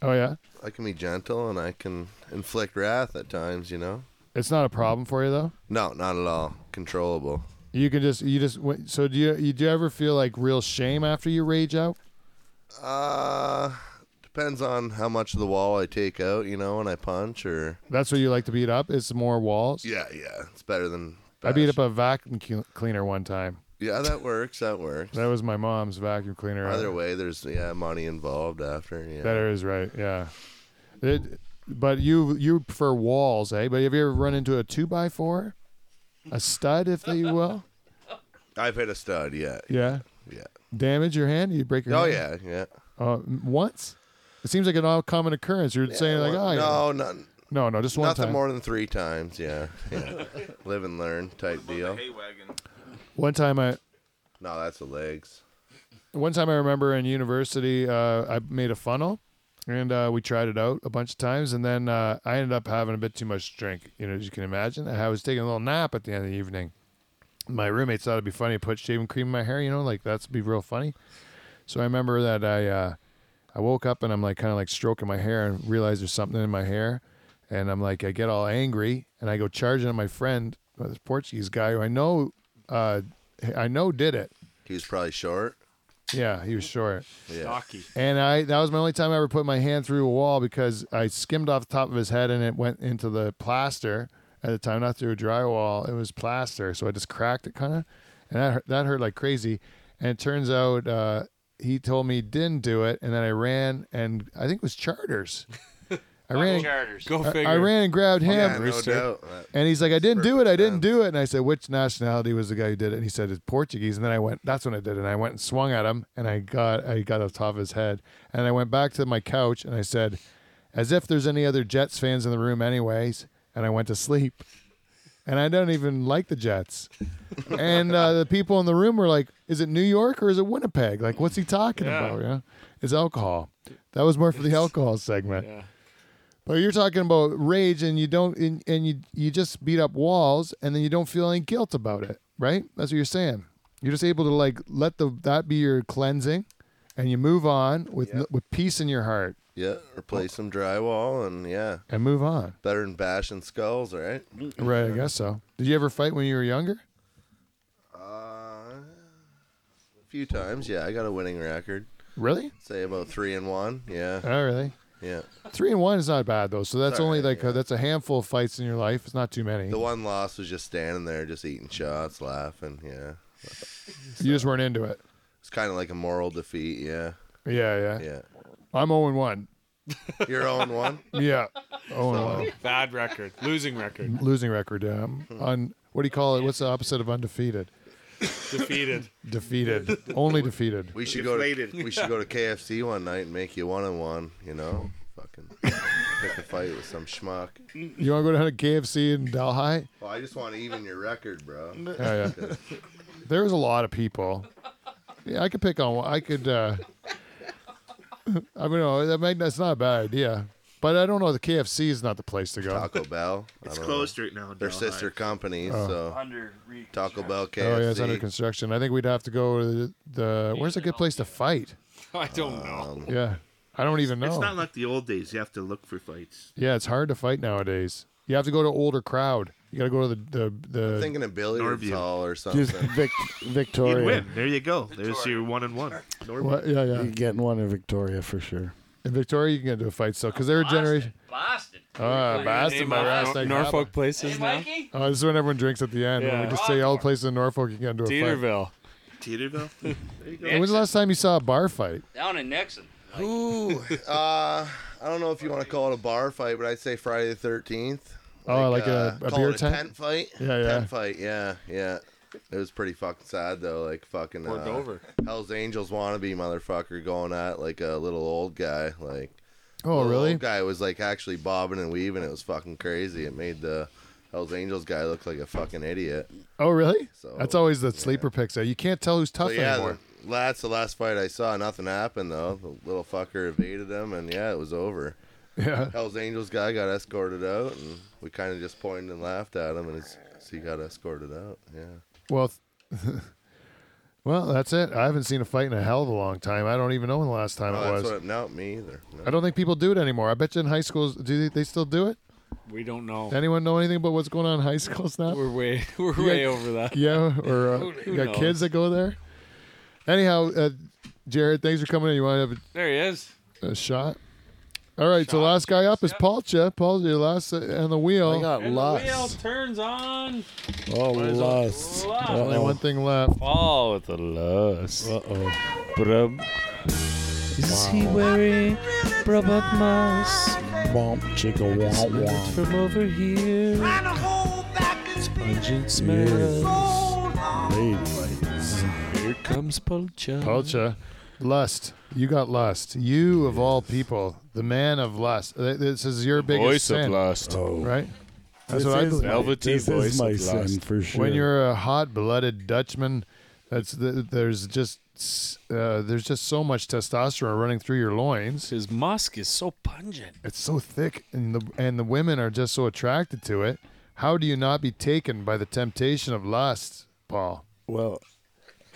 Speaker 1: Oh yeah,
Speaker 8: I can be gentle and I can inflict wrath at times, you know.
Speaker 1: it's not a problem for you though.
Speaker 8: No, not at all. Controllable.
Speaker 1: You can just you just went- so do you you do you ever feel like real shame after you rage out?
Speaker 8: Uh depends on how much of the wall I take out, you know, when I punch or
Speaker 1: That's what you like to beat up. It's more walls.
Speaker 8: Yeah, yeah. It's better than
Speaker 1: I beat up a vacuum cu- cleaner one time.
Speaker 8: Yeah, that works. That works.
Speaker 1: That was my mom's vacuum cleaner.
Speaker 8: Either way, there's yeah, money involved after, yeah.
Speaker 1: That is right. Yeah. It, but you you prefer walls, eh? But have you ever run into a two by four, a stud, if you will?
Speaker 8: I've hit a stud, yeah.
Speaker 1: Yeah.
Speaker 8: Yeah.
Speaker 1: Damage your hand? You break your
Speaker 8: Oh yeah,
Speaker 1: hand?
Speaker 8: yeah.
Speaker 1: Uh, m- once? It seems like an all common occurrence. You're saying like, oh,
Speaker 8: one-
Speaker 1: yeah.
Speaker 8: no, not,
Speaker 1: no, no, just one
Speaker 8: nothing
Speaker 1: time.
Speaker 8: more than three times. Yeah, yeah. live and learn type deal.
Speaker 1: One time I
Speaker 8: No, that's the legs.
Speaker 1: one time I remember in university, uh, I made a funnel, and uh, we tried it out a bunch of times, and then uh, I ended up having a bit too much to drink. You know, as you can imagine, and I was taking a little nap at the end of the evening. My roommates thought it'd be funny to put shaving cream in my hair. You know, like that's be real funny. So I remember that I uh, I woke up and I'm like kind of like stroking my hair and realize there's something in my hair, and I'm like I get all angry and I go charging at my friend, uh, this Portuguese guy who I know uh, I know did it.
Speaker 8: He was probably short.
Speaker 1: Yeah, he was short.
Speaker 8: Yeah.
Speaker 4: Stocky.
Speaker 1: And I that was my only time I ever put my hand through a wall because I skimmed off the top of his head and it went into the plaster at the time, not through a drywall. It was plaster, so I just cracked it kind of, and that hurt, that hurt like crazy. And it turns out uh, he told me he didn't do it, and then I ran and I think it was charters. I ran.
Speaker 6: Charters.
Speaker 4: Go
Speaker 1: I-
Speaker 4: figure.
Speaker 1: I ran and grabbed him,
Speaker 8: Yeah, no doubt.
Speaker 1: and he's like, "I didn't do it. I didn't do it." And I said, "Which nationality was the guy who did it?" And he said, "It's Portuguese." And then I went, "That's when I did." it. And I went and swung at him, and I got I got off the top of his head, and I went back to my couch, and I said, "As if there's any other Jets fans in the room, anyways." And I went to sleep, and I don't even like the Jets. and uh, the people in the room were like, "Is it New York or is it Winnipeg? Like, what's he talking
Speaker 4: Yeah.
Speaker 1: about?" Yeah, it's alcohol. That was more for the alcohol segment.
Speaker 4: Yeah.
Speaker 1: But you're talking about rage, and you don't, and, and you you just beat up walls, and then you don't feel any guilt about it, right? That's what you're saying. You're just able to like let the that be your cleansing, and you move on with n- with peace in your heart
Speaker 8: Yeah, replace some drywall and yeah,
Speaker 1: and move on.
Speaker 8: better than bashing skulls, right?
Speaker 1: Right, I guess so. Did you ever fight when you were younger?
Speaker 8: Uh, a few times, yeah. I got a winning record.
Speaker 1: Really?
Speaker 8: Say about three and one. Yeah.
Speaker 1: Oh, really?
Speaker 8: Yeah.
Speaker 1: Three and one is not bad though. So that's
Speaker 8: It's all
Speaker 1: only
Speaker 8: right,
Speaker 1: like a, that's a handful of fights in your life. It's not too many.
Speaker 8: The one loss was just standing there, just eating shots, laughing. Yeah.
Speaker 1: You just weren't into it.
Speaker 8: It's kind of like a moral defeat. Yeah.
Speaker 1: Yeah, yeah.
Speaker 8: Yeah.
Speaker 1: I'm 0 and 1.
Speaker 8: Your own one.
Speaker 1: Yeah. 0 and 1.
Speaker 4: Bad record. Losing record.
Speaker 1: Losing record. Um,
Speaker 8: Mm-hmm.
Speaker 1: on what do you call it? What's the opposite of undefeated?
Speaker 4: Defeated.
Speaker 1: Defeated. Only defeated.
Speaker 8: We should go. To, we should go to KFC one night and make you one and one. You know, Oh, fucking pick a fight with some schmuck.
Speaker 1: You want to go down to KFC in Delhi?
Speaker 8: Well, I just want to even your record, bro.
Speaker 1: Yeah, yeah. There was a lot of people. Yeah, I could pick on one. I could. Uh, I mean, no, that might, that's not a bad idea. But I don't know. The KFC is not the place to go.
Speaker 8: Taco Bell. I
Speaker 5: It's
Speaker 8: don't
Speaker 5: closed right now in
Speaker 8: They're
Speaker 5: Delhi.
Speaker 8: sister companies,
Speaker 1: Oh.
Speaker 8: so Taco Bell, KFC.
Speaker 1: Oh yeah, it's under construction. I think we'd have to go to the. the where's a good place to fight?
Speaker 4: I don't
Speaker 5: know.
Speaker 1: Yeah, I don't even know.
Speaker 5: It's not like the old days. You have to look for fights.
Speaker 1: yeah, it's hard to fight nowadays. You have to go to older crowd. You got to go to the the. the
Speaker 8: I'm thinking of billiards
Speaker 5: Norview.
Speaker 8: hall or
Speaker 2: Just
Speaker 8: something.
Speaker 2: Vic-
Speaker 5: You
Speaker 2: Victoria.
Speaker 5: win. There you go. There's your one and one. Norman.
Speaker 1: What? Yeah, yeah.
Speaker 2: You're getting one in Victoria for sure.
Speaker 1: In Victoria, you can get into a fight still because they're a generation.
Speaker 6: Boston.
Speaker 1: Ah, Boston, my last thing.
Speaker 4: Norfolk places now.
Speaker 1: Oh, this is when everyone drinks at the end. When
Speaker 4: Yeah.
Speaker 1: we just say all the places in Norfolk, you can get into a fight.
Speaker 4: Teeterville.
Speaker 5: Teeterville. There you go.
Speaker 1: When was the last time you saw a bar fight?
Speaker 6: Down in Nixon.
Speaker 8: Ooh, uh, I don't know if you want to call it a bar fight, but I'd say Friday the Thirteenth. uh,
Speaker 1: Oh, like a- a
Speaker 8: call
Speaker 1: beer
Speaker 8: it
Speaker 1: tent?
Speaker 8: tent fight.
Speaker 1: Yeah, yeah.
Speaker 8: Tent fight. Yeah, yeah. It was pretty fucking sad though. Like fucking.
Speaker 4: Or
Speaker 8: uh,
Speaker 4: Dover.
Speaker 8: Hell's Angels wannabe motherfucker going at like a little old guy. Like.
Speaker 1: Oh,
Speaker 8: little
Speaker 1: really?
Speaker 8: Old guy was like actually bobbing and weaving. It was fucking crazy. It made the Hell's Angels guy look like a fucking idiot.
Speaker 1: Oh, really?
Speaker 8: So,
Speaker 1: That's always the sleeper picks. There, you can't tell who's tough
Speaker 8: But yeah,
Speaker 1: anymore.
Speaker 8: the- that's the last fight I saw. Nothing happened though. The little fucker evaded him, and yeah, it was over.
Speaker 1: Yeah.
Speaker 8: Hell's Angels guy got escorted out, and we kind of just pointed and laughed at him, and his, he got escorted out. Yeah.
Speaker 1: Well, th- well, that's it. I haven't seen a fight in a hell of a long time. I don't even know when the last time
Speaker 8: Oh,
Speaker 1: it
Speaker 8: that's
Speaker 1: was.
Speaker 8: what, no, me either. No.
Speaker 1: I don't think people do it anymore. I bet you in high schools, do they, they still do it?
Speaker 4: We don't know.
Speaker 1: Anyone know anything about what's going on in high schools now?
Speaker 4: We're way we're
Speaker 1: You
Speaker 4: way
Speaker 1: got-
Speaker 4: over that.
Speaker 1: Yeah, or uh, you got
Speaker 4: knows?
Speaker 1: kids that go there. Anyhow, uh, Jared, thanks for coming in. You want to
Speaker 4: There he is.
Speaker 1: have a, a shot? All right, so last guy up is Paulcha. Paul's your last uh, on the wheel.
Speaker 2: I got lost.
Speaker 4: turns on.
Speaker 2: Oh,
Speaker 4: Where's the
Speaker 2: lost.
Speaker 4: lust?
Speaker 1: Only one thing left.
Speaker 4: Fall with the lust.
Speaker 2: Uh oh.
Speaker 4: Brum. Is he wearing Brabant moss?
Speaker 2: Womp, chicka, womp, womp.
Speaker 4: From over here. Pungent smells.
Speaker 2: Ladies.
Speaker 4: Here comes Polcha.
Speaker 1: Polcha. Lust. You got lust. You, of all people, the man of lust. Th- This is your biggest
Speaker 4: Voice
Speaker 1: sin,
Speaker 4: of lust.
Speaker 2: Oh.
Speaker 1: right? That's
Speaker 2: This
Speaker 1: what I
Speaker 2: is
Speaker 1: believe.
Speaker 2: my-
Speaker 4: Velveteen
Speaker 2: this
Speaker 4: voice
Speaker 2: is my
Speaker 4: of
Speaker 2: sin
Speaker 4: lust.
Speaker 2: for sure.
Speaker 1: When you're a hot-blooded Dutchman, that's the, there's just s- uh, there's just so much testosterone running through your loins.
Speaker 4: His musk is so pungent.
Speaker 1: It's so thick, and the and the women are just so attracted to it. How do you not be taken by the temptation of lust, Paul?
Speaker 2: well,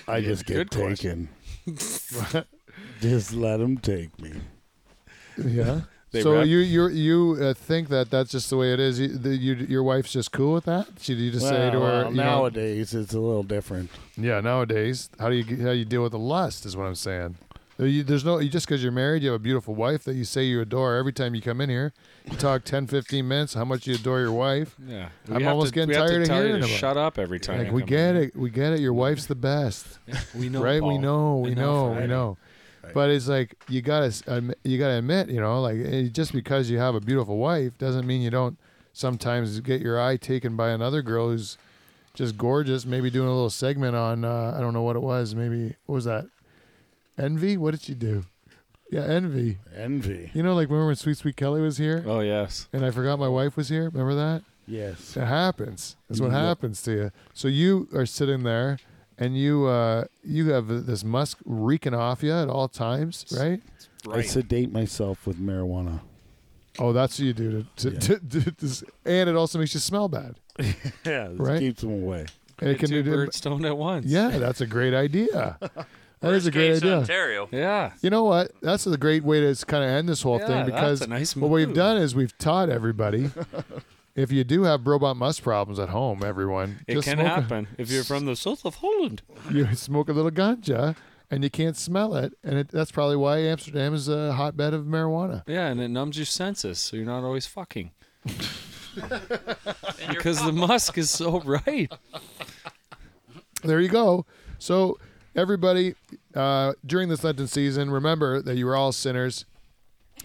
Speaker 2: I just get
Speaker 4: good question.
Speaker 2: taken. just let them take me.
Speaker 1: Yeah.
Speaker 4: They
Speaker 1: so
Speaker 4: rep-
Speaker 1: you you you uh, think that that's just the way it is? You, the, you, your wife's just cool with that? She you just say to
Speaker 2: Well,
Speaker 1: her
Speaker 2: well,
Speaker 1: you know-
Speaker 2: nowadays it's a little different.
Speaker 1: yeah, nowadays, how do you how you deal with the lust is what I'm saying. There- you- there's no you, just because you're married, you have a beautiful wife that you say you adore. Every time you come in here, you talk 10, 15 minutes how much you adore your wife.
Speaker 4: Yeah.
Speaker 1: I'm almost getting
Speaker 4: we have
Speaker 1: tired
Speaker 4: to
Speaker 1: of
Speaker 4: tell you
Speaker 1: hearing
Speaker 4: to
Speaker 1: about it.
Speaker 4: Shut up every time.
Speaker 1: Like
Speaker 4: you
Speaker 1: we
Speaker 4: come
Speaker 1: get
Speaker 4: in.
Speaker 1: it, we get it. Your wife's the best,
Speaker 4: We know.
Speaker 1: right? We
Speaker 4: Paul.
Speaker 1: know, we
Speaker 4: Enough
Speaker 1: know, we
Speaker 4: already.
Speaker 1: know. But it's like you gotta s- admi- you gotta admit, you know, like eh, just because you have a beautiful wife doesn't mean you don't sometimes get your eye taken by another girl who's just gorgeous. Maybe doing a little segment on uh, I don't know what it was. Maybe what was that? Envy. What did she do? Yeah, envy.
Speaker 2: Envy.
Speaker 1: You know, like remember when Sweet Sweet Kelly was here,
Speaker 4: Oh yes.
Speaker 1: and I forgot my wife was here. Remember that?
Speaker 2: Yes.
Speaker 1: It happens. That's what
Speaker 2: Yeah.
Speaker 1: happens to you. So you are sitting there, and you uh, you have this musk reeking off you at all times, right?
Speaker 2: I sedate myself with marijuana.
Speaker 1: Oh, that's what you do to, to,
Speaker 2: Yeah.
Speaker 1: to, to, to- and it also makes you smell bad.
Speaker 2: Yeah, this
Speaker 1: Right?
Speaker 2: keeps them away.
Speaker 1: And it
Speaker 4: Get two
Speaker 1: do-
Speaker 4: birds stoned at once.
Speaker 1: Yeah, that's a great idea. That is
Speaker 6: Worst
Speaker 1: a great
Speaker 6: case,
Speaker 1: idea.
Speaker 6: Ontario.
Speaker 4: Yeah.
Speaker 1: You know what? That's a great way to kind of end this whole
Speaker 4: Yeah,
Speaker 1: thing
Speaker 4: that's
Speaker 1: because
Speaker 4: a nice
Speaker 1: what we've
Speaker 4: move.
Speaker 1: done is we've taught everybody. if you do have Brobot Musk problems at home, everyone,
Speaker 4: It
Speaker 1: just
Speaker 4: can
Speaker 1: smoke a-
Speaker 4: happen if you're from the south of Holland.
Speaker 1: you smoke a little ganja and you can't smell it and it, that's probably why amsterdam is a hotbed of marijuana
Speaker 4: Yeah, and it numbs your senses, so you're not always fucking.
Speaker 6: And you're
Speaker 4: Because the musk is so right.
Speaker 1: there you go so everybody uh, during this lenten season remember that you are all sinners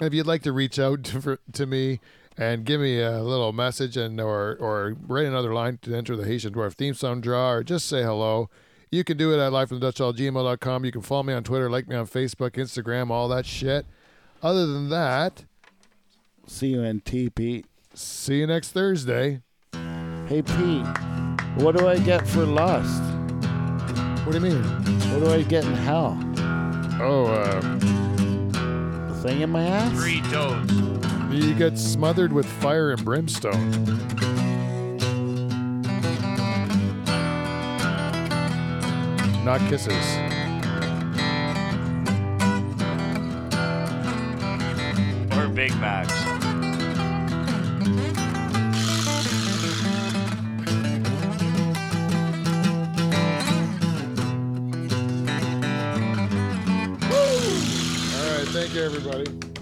Speaker 1: if you'd like to reach out to, for, to me and give me a little message and or or write another line to enter the Haitian Dwarf theme song draw or just say hello. You can do it at livefromthedutchallgmail.com. You can follow me on Twitter, like me on Facebook, Instagram, all that shit. Other than that,
Speaker 2: See you in T, Pete.
Speaker 1: see you next Thursday.
Speaker 2: Hey, Pete, what do I get for lust?
Speaker 1: What do you mean?
Speaker 2: What do I get in hell?
Speaker 1: Oh, uh,
Speaker 2: A thing in my ass?
Speaker 6: Three toes.
Speaker 1: yeah, You get smothered with fire and brimstone. Not kisses.
Speaker 6: Or Big Macs.
Speaker 1: All right, thank you, everybody.